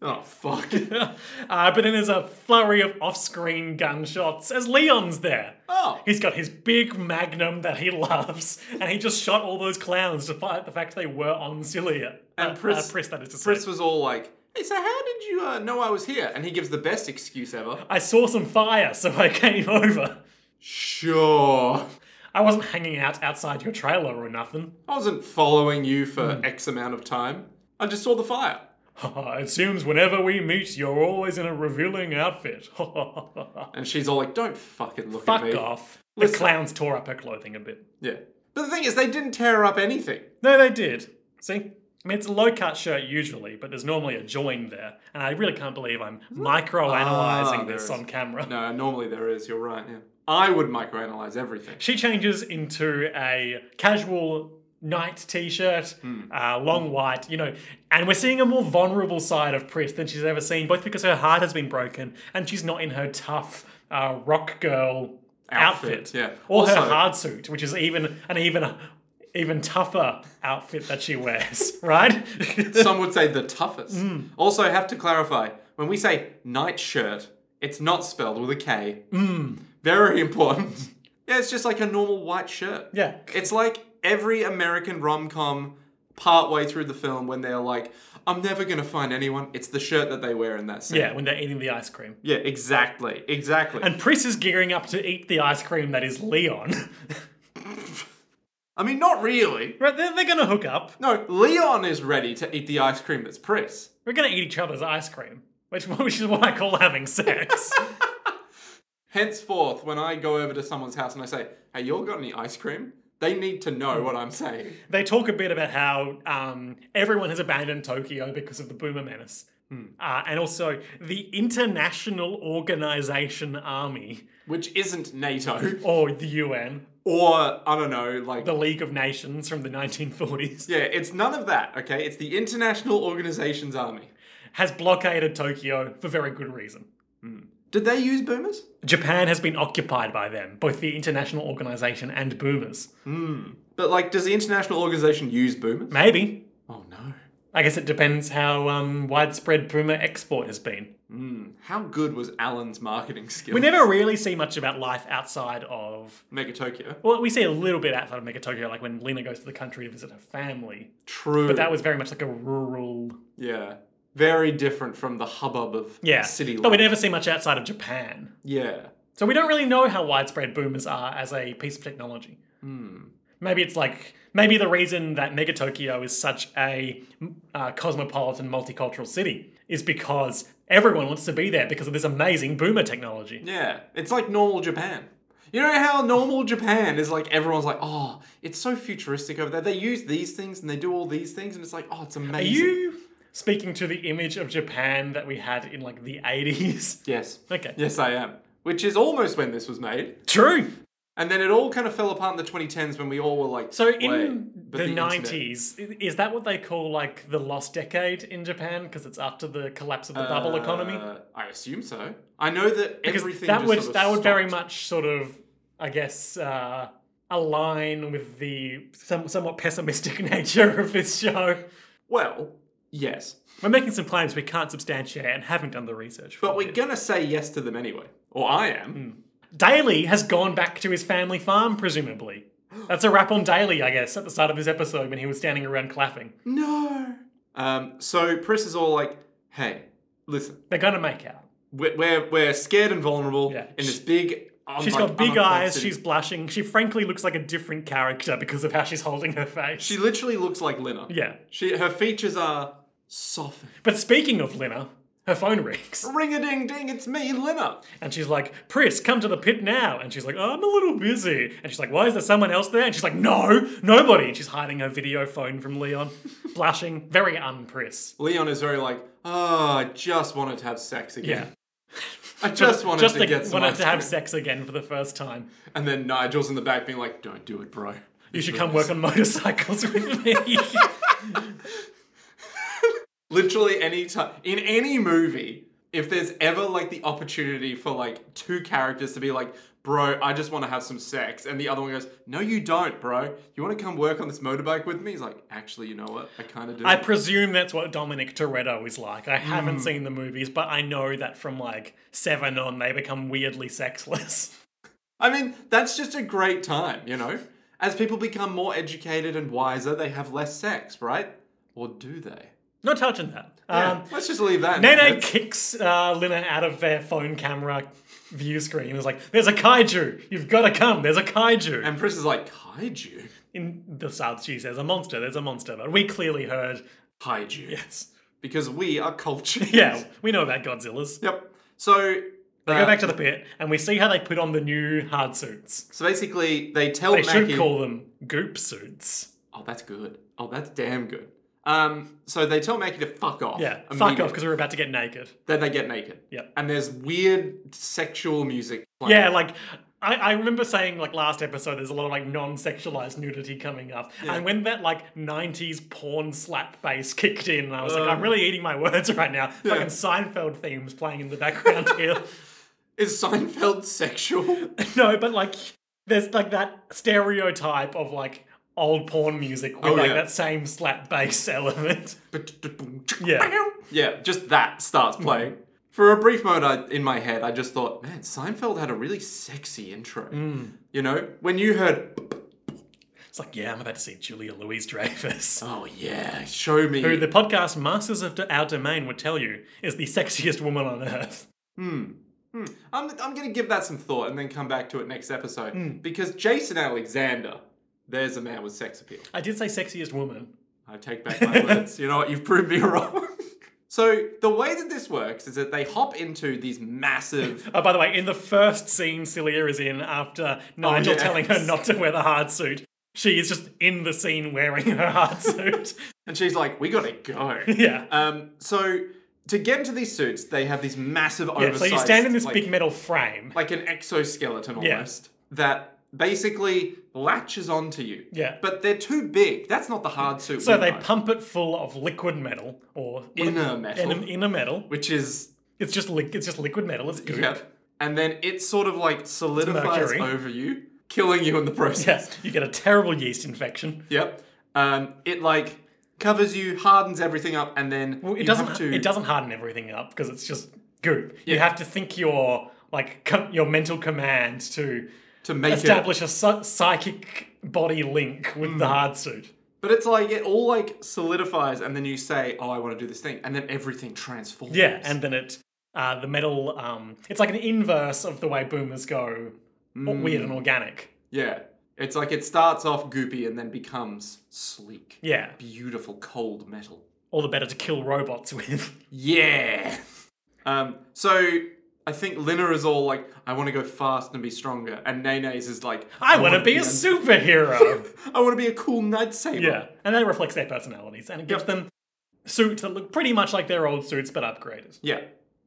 oh, fuck. uh, but then there's a flurry of off screen gunshots as Leon's there. oh, He's got his big magnum that he loves, and he just shot all those clowns despite the fact they were on Cilia. And uh, Pris- uh, Pris, that is to say. Chris was all like, hey, so how did you uh, know I was here? And he gives the best excuse ever. I saw some fire, so I came over. Sure. I wasn't hanging out outside your trailer or nothing. I wasn't following you for Mm. X amount of time. I just saw the fire. it seems whenever we meet, you're always in a revealing outfit. Fuck And she's all like, don't fucking look at me. off. The Listen. clowns tore up her clothing a bit. Yeah. But the thing is, they didn't tear up anything. No, they did. See? I mean, it's a low cut shirt usually, but there's normally a join there. And I really can't believe I'm micro analyzing Ah, there this is. on camera. No, normally there is. You're right. Yeah. I would microanalyze everything. She changes into a casual night t shirt, Hmm. uh, long white, you know. And we're seeing a more vulnerable side of Pris than she's ever seen, both because her heart has been broken and she's not in her tough uh, rock girl outfit. Outfit, yeah. Or her Also- hard suit, which is even an even. Even tougher outfit that she wears, right? Some would say the toughest. Mm. Also, I have to clarify when we say night shirt, it's not spelled with a K. Mm. Very important. yeah, it's just like a normal white shirt. yeah. It's like every American rom com partway through the film when they're like, I'm never going to find anyone. It's the shirt that they wear in that scene. Yeah, when they're eating the ice cream. Yeah, exactly. Exactly. And Pris is gearing up to eat the ice cream that is Leon. I mean, not really. right, they're, they're gonna hook up. No, Leon is ready to eat the ice cream that's Pris. We're gonna eat each other's ice cream, which, which is what I call having sex. Henceforth, when I go over to someone's house and I say, Hey, you all got any ice cream? They need to know what I'm saying. they talk a bit about how um, everyone has abandoned Tokyo because of the boomer menace. Uh, and also the International Organization Army, Which isn't NATO or the UN, or, I don't know, like. the League of Nations from the 1940s, yeah, it's none of that, okay? It's the International Organization's Army. has blockaded Tokyo for very good reason. Did they use boomers? Japan has been occupied by them, both the international organization and boomers. But, like, does the International Organization use boomers? Maybe. Oh, no. I guess it depends how um, widespread boomer export has been. How good was Alan's marketing skill? We never really see much about life outside of. Mega Tokyo. Well, we see a little bit outside of Megatokyo, like when Lena goes to the country to visit her family. True. But that was very much like a rural. Yeah. Very different from the hubbub of Yeah. city life. But we never see much outside of Japan. yeah. So we don't really know how widespread boomers are as a piece of technology. Hmm. Maybe it's like maybe the reason that Mega Tokyo is such a uh, cosmopolitan, multicultural city is because everyone wants to be there because of this amazing boomer technology. Yeah. It's like normal Japan. You know how normal Japan is like everyone's like, oh, it's so futuristic over there. They use these things and they do all these things and it's like, oh, it's Are amazing. you speaking to the image of Japan that we had in like the eighties? Yes. Okay, Yes, I am. Which is almost when this was made. true. And then it all kind of fell apart in the 2010s when we all were like, So "Wait, in but the internet-" nineties, is that what they call like the lost decade in Japan? Because it's after the collapse of the bubble economy. Uh, I assume so. I know that because everything that just would sort of that would very stopped. much sort of I guess uh, align with the some, somewhat pessimistic nature of this show. Well, yes. We're making some claims we can't substantiate and haven't done the research. But for we're yet. gonna say yes to them anyway. Or I am. Daly has gone back to his family farm, presumably. That's a wrap on Daly, I guess, at the start of this episode when he was standing around clapping. No. Um, so Pris is all like, "Hey, listen, They're gonna make out. we're we're, we're scared and vulnerable Yeah. in this big. She's She's got big eyes, she's blushing. She frankly looks like a different character because of how she's holding her face. she literally looks like Lina. yeah. She her features are softened. But speaking of Lena, Her phone rings. Ring a ding ding, it's me, Lina. And she's like, Pris, come to the pit now. And she's like, oh, I'm a little busy. And she's like, why is there someone else there? And she's like, no, nobody. And she's hiding her video phone from Leon, blushing, very un-Pris. Leon is very like, oh, I just wanted to have sex Yeah. again. I just wanted Just to like, get some wanted ice to have cream." sex again for the first time. And then Nigel's in the back being like, don't do it, bro. You should come work on motorcycles with me. Literally any time in any movie, if there's ever like the opportunity for like two characters to be like, bro, I just want to have some sex, and the other one goes, no, you don't, bro. You want to come work on this motorbike with me? He's like, actually, you know what? I kind of do. I presume that's what Dominic Toretto is like. I haven't Hmm. seen the movies, but I know that from like seven on, they become weirdly sexless. I mean, that's just a great time, you know? As people become more educated and wiser, they have less sex, right? Or do they? Not touching that. Um, Yeah, let's just leave that. in there. Nene kicks uh, Lina out of their phone camera view screen and is like, There's a kaiju! You've got to come! There's a kaiju! And Pris is like, kaiju? In the South, she says, A monster, there's a monster. But we clearly heard, Kaiju. Yes. Because we are cultured. Yeah, we know about Godzilla's. Yep. So. uh, They go back to the pit and we see how they put on the new hard suits. So basically, they tell They Mackie. should call them goop suits. oh, that's good. Oh, that's damn good. Um, so they tell Mackie to fuck off. Yeah, fuck immediately. off because we're about to get naked. Then they get naked. Yep. And there's weird sexual music. Playing. Yeah, like I, I remember saying like last episode, there's a lot of like non-sexualized nudity coming up, and when that like '90s porn slap bass kicked in, I was like, I'm really eating my words right now. Fucking Seinfeld themes playing in the background here. Is Seinfeld sexual? no, but like there's like that stereotype of like old porn music with Oh, like yeah. that same slap bass element. yeah. Yeah. Yeah, just that starts playing. For a brief moment I, in my head, I just thought, man, Seinfeld had a really sexy intro. Mm. You know, when you heard, It's like, yeah, I'm about to see Julia Louise Dreyfus. oh yeah, show me. Who the podcast Masters of Our Domain would tell you is the sexiest woman on earth. I'm, I'm going to give that some thought and then come back to it next episode. Hmm. Because Jason Alexander, there's a man with sex appeal. I did say sexiest woman. I take back my words. You know what? You've proved me wrong. so the way that this works is that they hop into these massive. Oh, by the way, in the first scene Celia is in after Nigel Oh, yes. telling her not to wear the hard suit, she is just in the scene wearing her hard suit. and she's like, we got to go. yeah. Um, so to get into these suits, they have these massive yeah. oversized. So you stand in this like, big metal frame. like an exoskeleton Yeah. almost that basically latches onto you. Yeah. But they're too big. That's not the hard suit. so we they know, pump it full of liquid metal or Inner metal. Inner, inner metal. which is It's just li- it's just liquid metal. It's goop. yeah. And then it sort of like solidifies mercury. over you, killing you in the process. Yes. You get a terrible yeast infection. Yep. Um, it like covers you, hardens everything up, and then Well, it you doesn't. have to. It doesn't harden everything up because it's just goop. You have to think your like com- your mental command to to make it. establish a psy- psychic body link with the hard suit. But it's like it all like solidifies, and then you say, "Oh, I want to do this thing," and then everything transforms. Yeah, and then it uh, the metal. Um, it's like an inverse of the way boomers go. or Weird and organic. yeah. It's like it starts off goopy and then becomes sleek. Yeah, beautiful cold metal. all the better to kill robots with. Yeah. Um, so I think Lina is all like, I want to go fast and be stronger, and Nene's is like, I want to wanna be a superhero. I want to be a cool lightsaber. yeah, and that reflects their personalities, and it gives them suits that look pretty much like their old suits but upgraded. Yeah.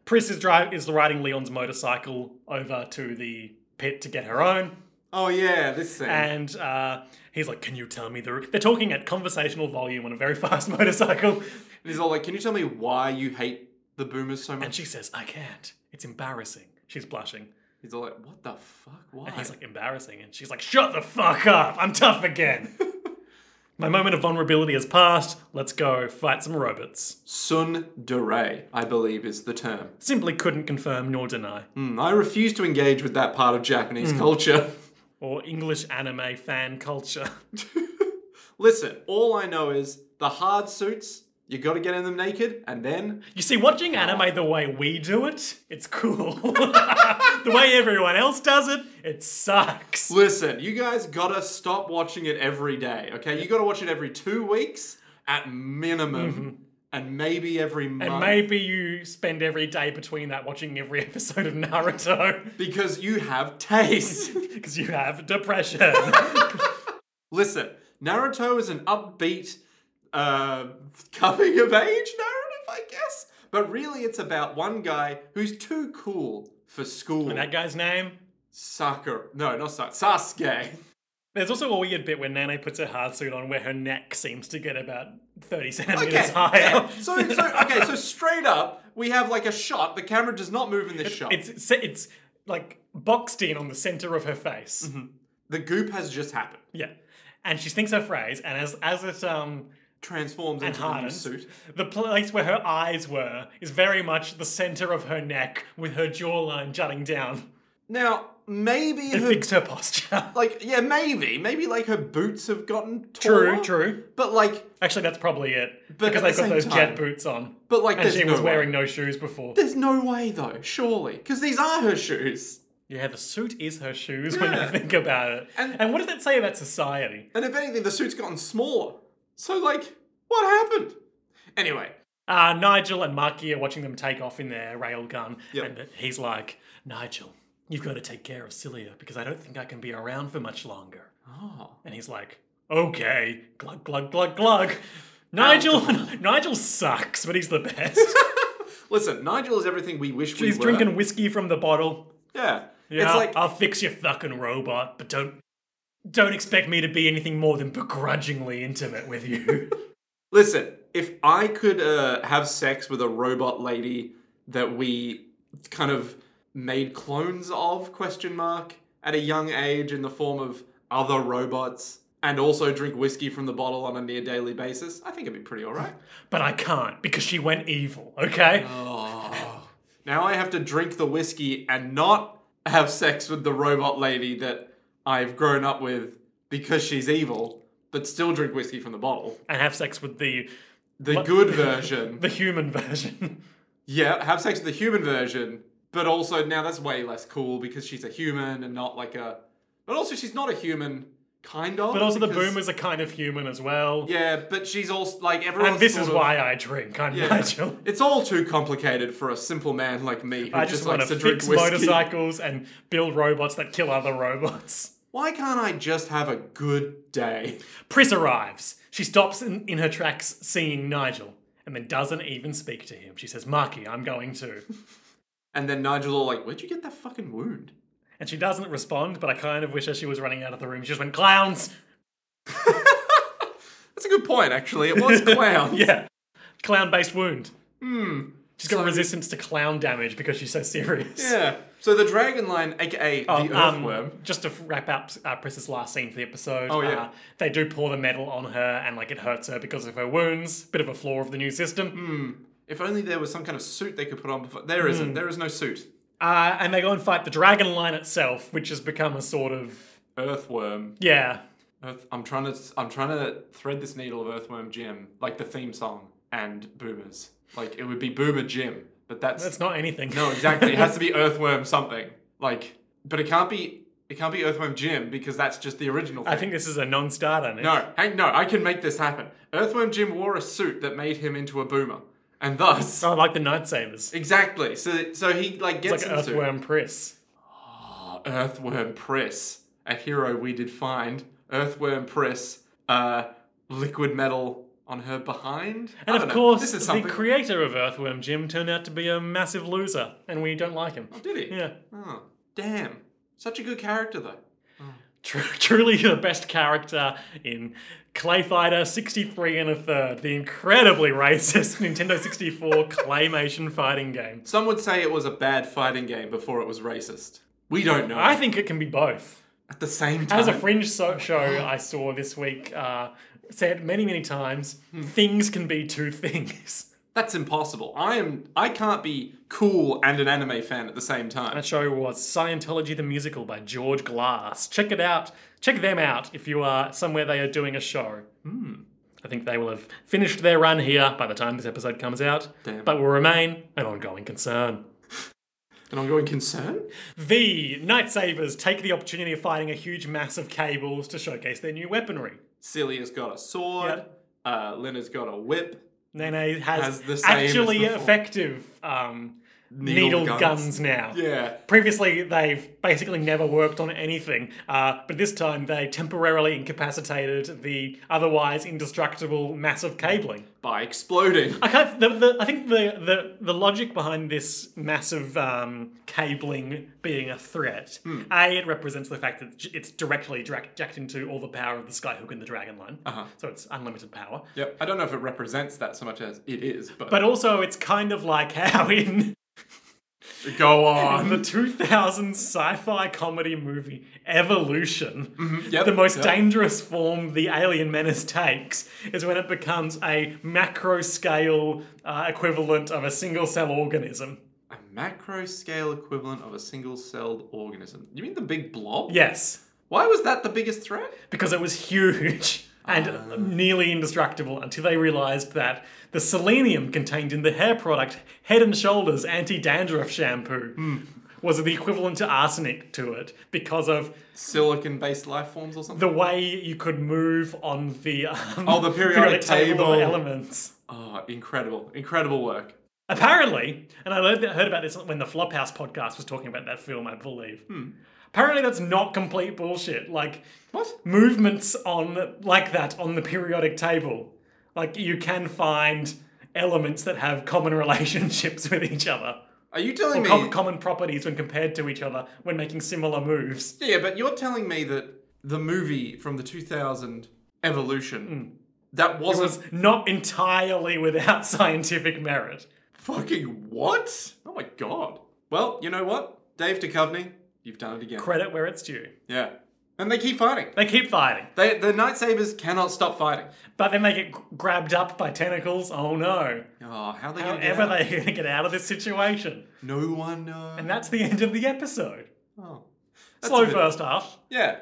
Pris is driving is riding Leon's motorcycle over to the pit to get her own, Oh yeah, this thing. and uh, he's like, "Can you tell me the?" r-" They're talking at conversational volume on a very fast motorcycle, And he's all like, Can you tell me why you hate the boomers so and much? she says, "I can't. It's embarrassing." She's blushing. He's all like, What the fuck? Why? He's like, "Embarrassing," and she's like, "Shut the fuck up. I'm tough again." My moment of vulnerability has passed. Let's go fight some robots. Sun de Re, I believe is the term. Simply couldn't confirm nor deny. Hmm, I refuse to engage with that part of Hmm. Japanese culture. Or English anime fan culture. Listen, all I know is the hard suits, you gotta get in them naked, and then You see, watching anime the way we do it, it's cool. the way everyone else does it, it sucks. Listen, you guys gotta stop watching it every day, okay? You gotta watch it every two weeks at minimum. and maybe every month. Mm-hmm. And maybe you spend every day between that watching every episode of Naruto Because you have taste. because you have depression. Listen, Naruto is an upbeat uh, coming of age narrative, I guess. But really, it's about one guy who's too cool for school. and that guy's name? Sakura. No, not Sakura. Sasuke. There's also a weird bit where Nana puts her hard suit on where her neck seems to get about 30 centimeters Okay. higher. yeah. So, so okay. So straight up, we have like a shot. The camera does not move in this shot. It's, it's it's like boxed in on the center of her face. the goop has just happened. Yeah. And she thinks her phrase, and as as it um Transforms into the new hardens, suit. the place where her eyes were is very much the center of her neck, with her jawline jutting down. Now, maybe It her, fixed her posture. like yeah, maybe maybe like her boots have gotten taller. true, true. But like, Actually, that's probably it But because at they've the got same those time- jet boots on, but like, and there's she no was way. wearing no shoes before. There's no way though, surely, because these are her shoes. Yeah, the suit is her shoes when you Yeah. think about it. And, And- what does that say about society? And if anything, the suit's gotten smaller. So like, what happened? Anyway, Uh, Nigel and Maki are watching them take off in their railgun, Yep. and he's like, Nigel, you've got to take care of Celia because I don't think I can be around for much longer. oh, And he's like, okay, glug, glug, glug, glug. Nigel, Nigel sucks, but he's the best. listen, Nigel is everything we wish we he's were. drinking whiskey from the bottle. Yeah. Yeah, It's like I'll fix your fucking robot, but don't don't expect me to be anything more than begrudgingly intimate with you. Listen, if I could uh, have sex with a robot lady that we kind of made clones of question mark at a young age in the form of other robots and also drink whiskey from the bottle on a near daily basis, I think it'd be pretty all right. but I can't because she went evil, okay? oh. Now I have to drink the whiskey and not have sex with the robot lady that I've grown up with because she's evil, but still drink whiskey from the bottle. And have sex with the The good version. the human version. Yeah, have sex with the human version, but also now that's way less cool because she's a human and not like a. But also, she's not a human, kind of. But also the because- boomers are kind of human as well. Yeah, but she's also like everyone. and this is why I drink, I'm Yeah. Nigel. It's all too complicated for a simple man like me who I just, just, want likes to to drink fix whiskey. motorcycles and build robots that kill other robots. Why can't I just have a good day? Pris arrives. She stops in, in her tracks seeing Nigel and then doesn't even speak to him. She says, Marky, I'm going to. And then Nigel all like, where'd you get that fucking wound? And she doesn't respond, but I kind of wish as she was running out of the room, she just went, Clowns! That's a good point, actually. It was clown. Yeah. Clown based wound. Hmm. She's got resistance to clown damage because she's so serious. Yeah. So the dragon line, aka the Um, earthworm. just to wrap up uh, Pris's last scene for the episode, Oh, yeah. uh, they do pour the metal on her and like it hurts her because of her wounds. Bit of a flaw of the new system. Hmm. If only there was some kind of suit they could put on before. There hmm. not There is no suit. Uh, and they go and fight the dragon line itself, which has become a sort of Earthworm. yeah. Earth. I'm trying to. I'm trying to thread this needle of Earthworm Jim, like the theme song and Boomers. Like it would be Boomer Jim, but that's, That's not anything. no exactly. It has to be Earthworm something. Like, but it can't be. It can't be Earthworm Jim because that's just the original. Thing. I think this is a non-starter. Nick. No, hang, no, I can make this happen. Earthworm Jim wore a suit that made him into a boomer, and thus I like the Night Savers. exactly. So, so he like gets It's Oh. like into Earthworm Press. Earthworm Press, a hero we did find. Earthworm Press, uh, liquid metal on her behind. I And don't of know. course, this is the something. creator of Earthworm Jim turned out to be a massive loser, and we don't like him. did he? Yeah. Oh, damn! Such a good character though. Tru- truly the best character in Clay Fighter 63 and a third, the incredibly racist Nintendo 64 claymation fighting game. Some would say it was a bad fighting game before it was racist. We don't know. I think it can be both. At the same time, As a fringe so- show I saw this week uh, said many, many times, Hmm. things can be two things. that's impossible. I am. I can't be cool and an anime fan at the same time. That show was Scientology the Musical by George Glass. Check it out. Check them out if you are somewhere they are doing a show. Hmm. I think they will have finished their run here by the time this episode comes out, Damn. but will remain an ongoing concern. An ongoing concern. The Night Savers take the opportunity of fighting a huge mass of cables to showcase their new weaponry. Celia's got a sword. Yep. Uh, Leonard's got a whip. Nene has, Has the same as actually before. effective um, needle, Needle guns. guns. now. Yeah. Previously, they've basically never worked on anything, uh, but this time they temporarily incapacitated the otherwise indestructible mass of cabling. By exploding. I can't. The, the, I think the, the the logic behind this massive um, cabling being a threat. A, it represents the fact that j- it's directly dra- jacked into all the power of the Skyhook and the Dragon Line, Uh-huh. so it's unlimited power. Yep. I don't know if it represents that so much as it is, but, But also, it's kind of like how in go Uh, the on. 2000 sci-fi comedy movie Evolution. Mm-hmm, Yep, The most yep. dangerous form the alien menace takes is when it becomes a macro scale uh, equivalent of a single cell organism. A macro scale equivalent of a single celled organism. You mean the big blob? Yes, Why was that the biggest threat? because it was huge and Ah. nearly indestructible until they realized that the selenium contained in the hair product Head and Shoulders anti dandruff shampoo Hmm. was the equivalent to arsenic to it because of Silicon based life forms or something? the way you could move on the um, Oh, the periodic of table. elements. oh, incredible. Incredible work. Apparently, and I learned- heard about this when the Flophouse podcast was talking about that film, I believe. Hmm. Apparently, that's not complete bullshit. Like What? movements on like that on the periodic table, like you can find elements that have common relationships with each other, Are you telling me? com- common properties when compared to each other when making similar moves. Yeah, but you're telling me that the movie from the 2000 Evolution that wasn't Hmm. was not entirely without scientific merit. fucking what? Oh my god. Well, you know what, Dave Duchovny, you've done it again. Credit where it's due. yeah, and they keep fighting. They keep fighting, They the Night Sabers cannot stop fighting. but then they get g- grabbed up by tentacles. Oh no. Oh, how are they gonna get However, out? they're going to get out of this situation. No one knows. And that's the end of the episode. oh, That's Slow a bit- first half. Yeah,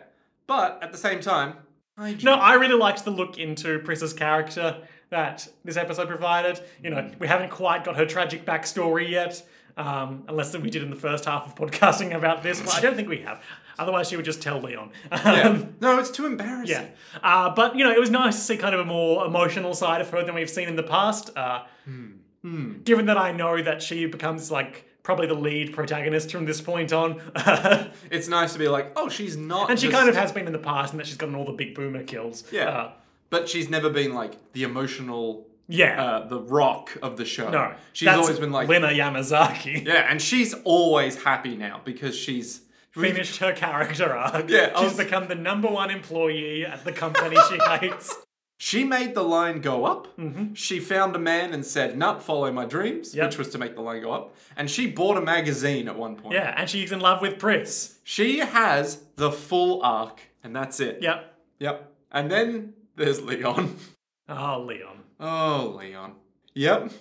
but at the same time, I No, I really liked the look into Pris's character that this episode provided. You know, we haven't quite got her tragic backstory yet, um, unless we did in the first half of podcasting about this, but I don't think we have. Otherwise, she would just tell Leon. Yeah. Um, no, it's too embarrassing. yeah. Uh, but, you know, it was nice to see kind of a more emotional side of her than we've seen in the past. Uh, Hmm. Given that I know that she becomes, like, probably the lead protagonist from this point on. It's nice to be like, oh, she's not. and she just- kind of has been in the past and that she's gotten all the big boomer kills. Yeah. Uh, but she's never been like the emotional yeah. uh, the rock of the show. no. she's that's always been like, Lena Yamazaki. yeah, and she's always happy now because she's Finished her character arc. Yeah, I She's was- become the number one employee at the company she hates. she made the line go up. She found a man and said, "Nut, follow my dreams," Mm-hmm. Yep. which was to make the line go up. And she bought a magazine at one point. Yeah, and she's in love with Pris. she has the full arc, and that's it. Yep. Yep. And then there's Leon. Oh, Leon. Oh, Leon. Yep.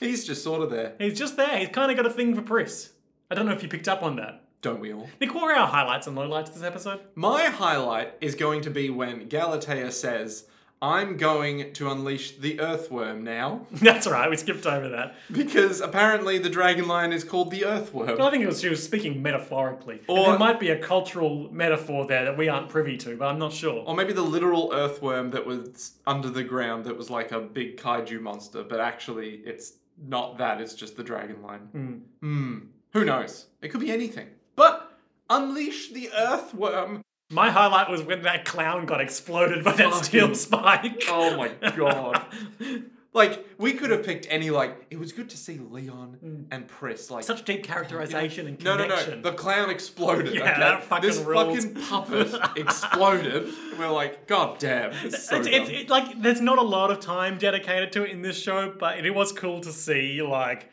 He's just sort of there, He's just there. He's kind of got a thing for Pris. I don't know if you picked up on that. don't we all? Nick, what were our highlights and lowlights this episode? My highlight is going to be when Galatea says, I'm going to unleash the earthworm now, That's all right. We skipped over that. because apparently the dragon lion is called the earthworm. But I think it was she was speaking metaphorically. And Or- there might be a cultural metaphor there that we aren't privy to, but I'm not sure. Or maybe the literal earthworm that was under the ground that was like a big kaiju monster, but actually it's not that, it's just the dragon line. Hmm. Who knows? It could be anything. But unleash the earthworm! My highlight was when that clown got exploded by that Fucking- steel spike. Oh my god. like, we could have picked any, like, it was good to see Leon and Pris, like, Hmm. Such deep characterization and No, no, no. connection. The clown exploded. Yeah, okay? that fucking This rules. fucking puppet exploded. We're like, God damn. This is so it's, it's, dumb." it's like there's not a lot of time dedicated to it in this show, but it, was cool to see like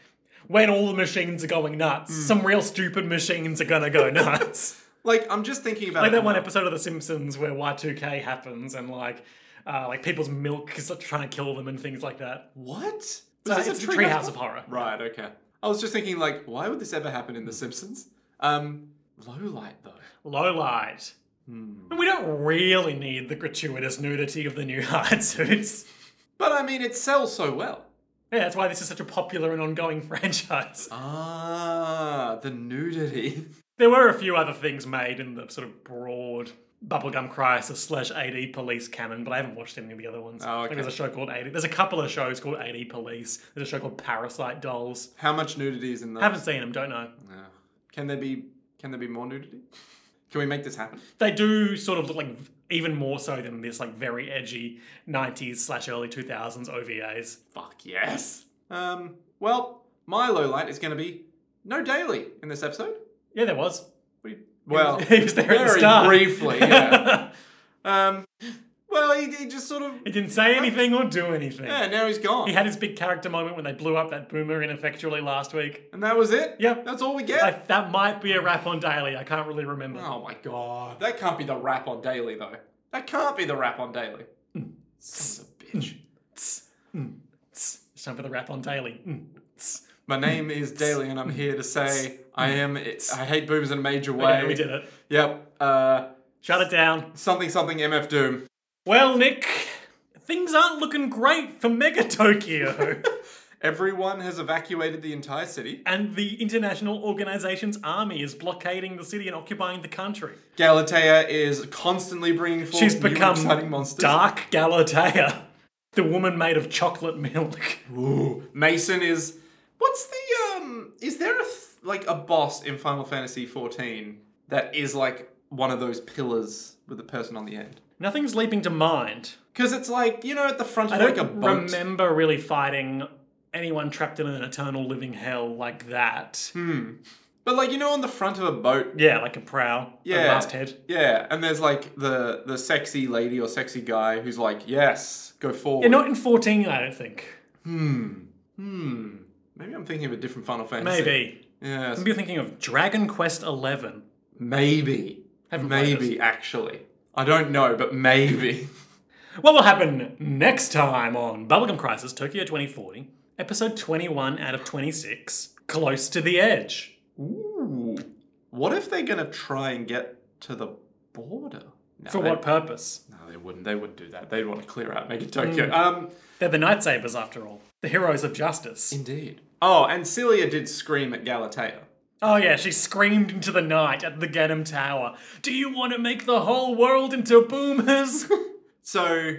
when all the machines are going nuts, Hmm. some real stupid machines are gonna go nuts. like, I'm just thinking about like it that one now. episode of The Simpsons where Y2K happens and like uh, like people's milk is trying to kill them and things like that. What? Was So this it's a the Treehouse Treehouse of- of Horror. Right, okay. I was just thinking, like, why would this ever happen in The Simpsons? Um, low light, though. Low light. Hmm. And we don't really need the gratuitous nudity of the new hard suits. But I mean, it sells so well. Yeah, that's why this is such a popular and ongoing franchise. Ah, the nudity. There were a few other things made in the sort of broad Bubblegum Crisis slash AD Police canon, but I haven't watched any of the other ones. Oh, I think okay. there's a show called AD. There's a couple of shows called AD Police. There's a show called Parasite Dolls. How much nudity is in those? Haven't seen them, don't know. No. Can there be can there be more nudity? Can we make this happen? They do sort of look like even more so than this like very edgy 90s slash early 2000s OVAs. Fuck yes. Um, well, my low light is going to be no daily in this episode. Yeah, there was. We, well, he was there at the very start. briefly. Yeah. um, well, he, he just sort of he didn't say anything or do anything. yeah. Now he's gone, He had his big character moment when they blew up that boomer ineffectually last week. and that was it. Yep. that's all we get. I, that might be a wrap on Daily. I can't really remember. Oh my god, that can't be the rap on daily though. That can't be the rap on daily. Hmm. Son of a Mm. bitch. It's time for the wrap on Daily. Mm, tss. My name is Daly, and I'm here to say I am. I hate boomers in a major way. Hmm. Okay, we did it. Yep. Uh, Shut it down. something something MF Doom. Well, Nick, things aren't looking great for Mega Tokyo. Everyone has evacuated the entire city. and the International Organization's army is blockading the city and occupying the country. Galatea is constantly bringing forth She's new exciting become monsters. Dark Galatea, the woman made of chocolate milk. Ooh. Mason is. What's the um? Is there a th- like a boss in Final Fantasy XIV that is like one of those pillars with a person on the end? Nothing's leaping to mind. Because it's like you know at the front I of don't like a boat. remember really fighting anyone trapped in an eternal living hell like that. Hmm. but like you know on the front of a boat Yeah, like a prow, yeah. Yeah. a masthead. Yeah, and there's like the the sexy lady or sexy guy who's like, yes, go forward. Yeah, not in 14, I don't think. hmm. Maybe I'm thinking of a different Final Fantasy. Maybe. Yes. Maybe you're thinking of Dragon Quest Eleven. Maybe. Haven't played Maybe actually. I don't know, but maybe. What will happen next time on Bubblegum Crisis Tokyo 2040, episode 21 out of 26, Close to the Edge? Ooh. What if they're gonna try and get to the border? No, For they, what purpose? No, they wouldn't. They wouldn't do that. They'd want to clear out, make it Tokyo. Mm. Um. They're the Night Sabers, after all, the heroes of justice. Indeed. Oh, and Celia did scream at Galatea. Oh, yeah, she screamed into the night at the Ganem Tower Do you want to make the whole world into boomers? So,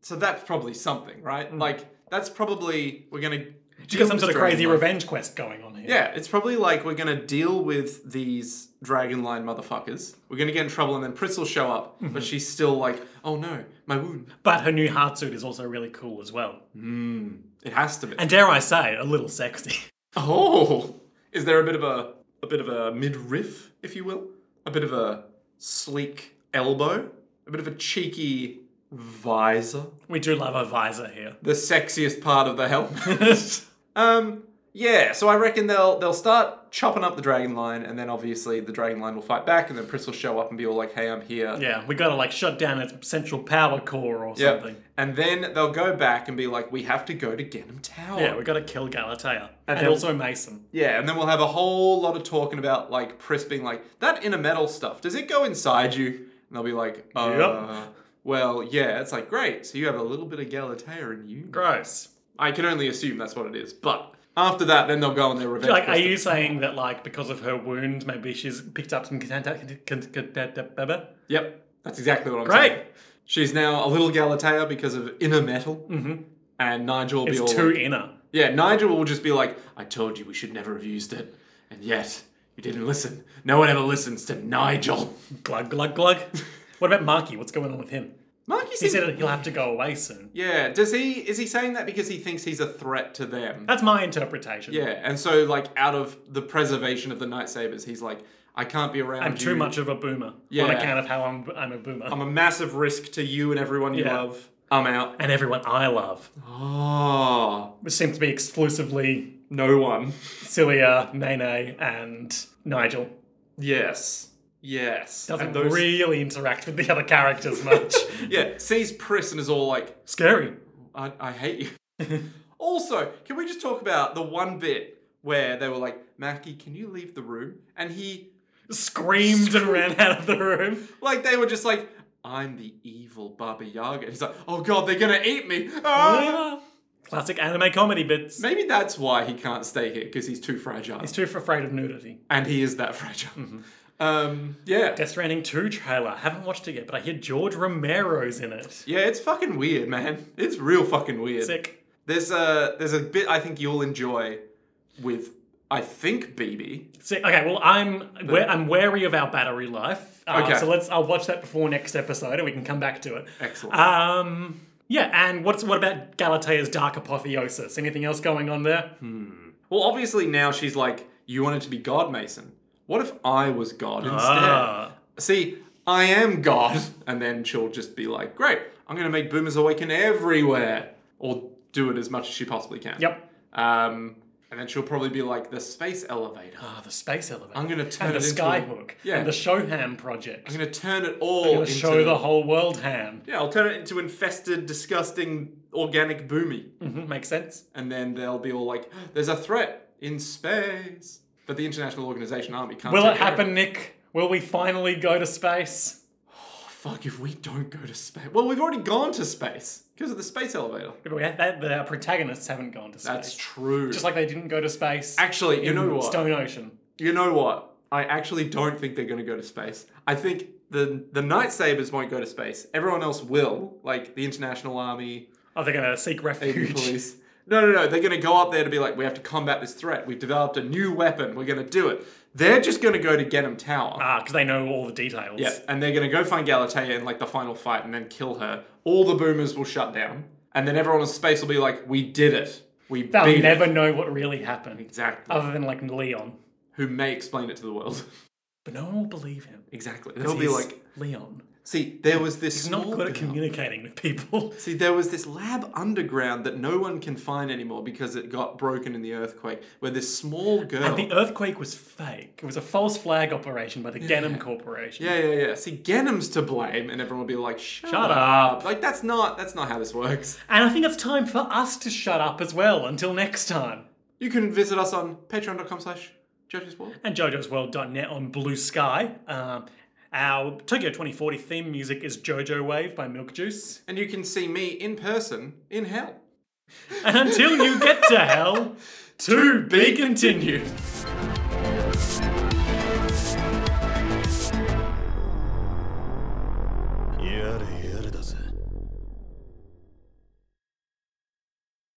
so that's probably something, right? Mm. Like that's probably we're gonna. She deal got some with sort of Dragon crazy Line. revenge quest going on here. Yeah, it's probably like we're gonna deal with these dragon line motherfuckers. We're gonna get in trouble, and then Pritz will show up, Mm-hmm. but she's still like, "Oh no, my wound." But her new heart suit is also really cool as well. It has to be. And dare I say, a little sexy. oh, is there a bit of a a bit of a midriff, if you will, a bit of a sleek elbow, a bit of a cheeky visor? We do love a visor here. the sexiest part of the helmet. um, yeah, so I reckon they'll they'll start chopping up the dragon line, and then obviously the dragon line will fight back, and then Pris will show up and be all like, "Hey, I'm here." Yeah, we gotta like shut down its central power core or Yep. something. And then they'll go back and be like, "We have to go to Ganem Tower." Yeah, we gotta kill Galatea. And, then- also Mason. Yeah, and then we'll have a whole lot of talking about like Pris being like, "That inner metal stuff does it go inside you?" And they'll be like, uh, Well, yeah, it's like great. So you have a little bit of Galatea in you. Gross. I can only assume that's what it is. But after that, then they'll go on their revenge. Like, are quest. you saying that, like, because of her wound, maybe she's picked up some contact? con- con- con- Yep, that's exactly what I'm Great. saying. She's now a little Galatea because of inner metal, mm-hmm. and Nigel will be all It's too like- inner. yeah. Nigel will just be like, "I told you we should never have used it, and yet you didn't listen. No one ever listens to Nigel." Glug glug glug. What about Marky? What's going on with him? Marky He said he'll have to go away soon. "Yeah, does he? Is he saying that because he thinks he's a threat to them? That's my interpretation. Yeah, and so like out of the preservation of the Night Sabers, he's like, I can't be around. I'm you. too much of a boomer Yeah. on account of how I'm I'm a boomer I'm a massive risk to you and everyone you Yeah. love. I'm out. and everyone I love, Oh, which seems to be exclusively no one." Celia, Nene, and Nigel. Yes. Yes. Doesn't and those, really interact with the other characters much. yeah, sees Priss and is all like, Scary. I, I hate you. also, can we just talk about the one bit where they were like, Mackie, can you leave the room? And he, Screamed and ran out of the room. like, they were just like, I'm the evil Baba Yaga. And he's like, oh god, they're gonna eat me. Ah! Classic anime comedy bits. Maybe that's why he can't stay here, because he's too fragile. He's too afraid of nudity. Mm-hmm. and he is that fragile. Um, yeah. Death Stranding 2 trailer. Haven't watched it yet, but I hear George Romero's in it. Yeah, it's fucking weird, man. It's real fucking weird. Sick. There's a there's a bit I think you'll enjoy with I think BB. Sick. Okay, well, I'm wa- I'm wary of our battery life. Uh, Okay. So let's. I'll watch that before next episode, and we can come back to it. Excellent. Um. Yeah, and what's what about Galatea's Dark Apotheosis? Anything else going on there? Hmm. well, obviously now she's like, you wanted to be God, Mason. What if I was God instead? Ah. See, I am God, and then she'll just be like, great, I'm gonna make boomers awaken everywhere, or do it as much as she possibly can. Yep. Um, and then she'll probably be like the space elevator. Ah, the space elevator. I'm gonna turn and the it into a- Skyhook. Yeah. And the Shoham project. I'm gonna turn it all I'm gonna into show the whole world ham. Yeah, I'll turn it into infested, disgusting, organic boomy. hmm makes sense. And then they'll be all like, there's a threat in space. But the International Organization Army can't. Will take it care of happen, Nick? Will we finally go to space? Oh, fuck, if we don't go to space. Well, we've already gone to space because of the space elevator. But we have that, the protagonists haven't gone to space. That's true. Just like they didn't go to space. Actually, you in know what? Stone Ocean. You know what? I actually don't think they're going to go to space. I think the the Night Sabers won't go to space. Everyone else will, like the International Army, Oh, they're going to seek Asian refuge. police. No, no, no. They're going to go up there to be like, we have to combat this threat. We've developed a new weapon. We're going to do it. They're just going to go to Genom Tower. Ah, because they know all the details. Yeah, and they're going to go find Galatea in like the final fight and then kill her. All the boomers will shut down, and then everyone in space will be like, "We did it. We They'll beat it." never Oh. know what really happened, Exactly. other than like Leon. Who may explain it to the world? But no one will believe him. exactly. They'll be He's like, Leon. "See, there was this He's not small good at girl. communicating with people. See, there was this lab underground that no one can find anymore because it got broken in the earthquake, where this small girl. And the earthquake was fake. It was a false flag operation by the Ganem Corporation. Yeah, yeah, yeah. See, Ganem's to blame, and everyone will be like, "Shut, Shut up. up. Like that's not that's not how this works. And I think it's time for us to shut up as well. Until next time. You can visit us on Patreon.com/slash Judges World. and jojosworld.net on Blue Sky. Um, our Tokyo 2040 theme music is Jojo Wave by Milk Juice. and you can see me in person in hell. And until you get to hell, to be continued. Yada yada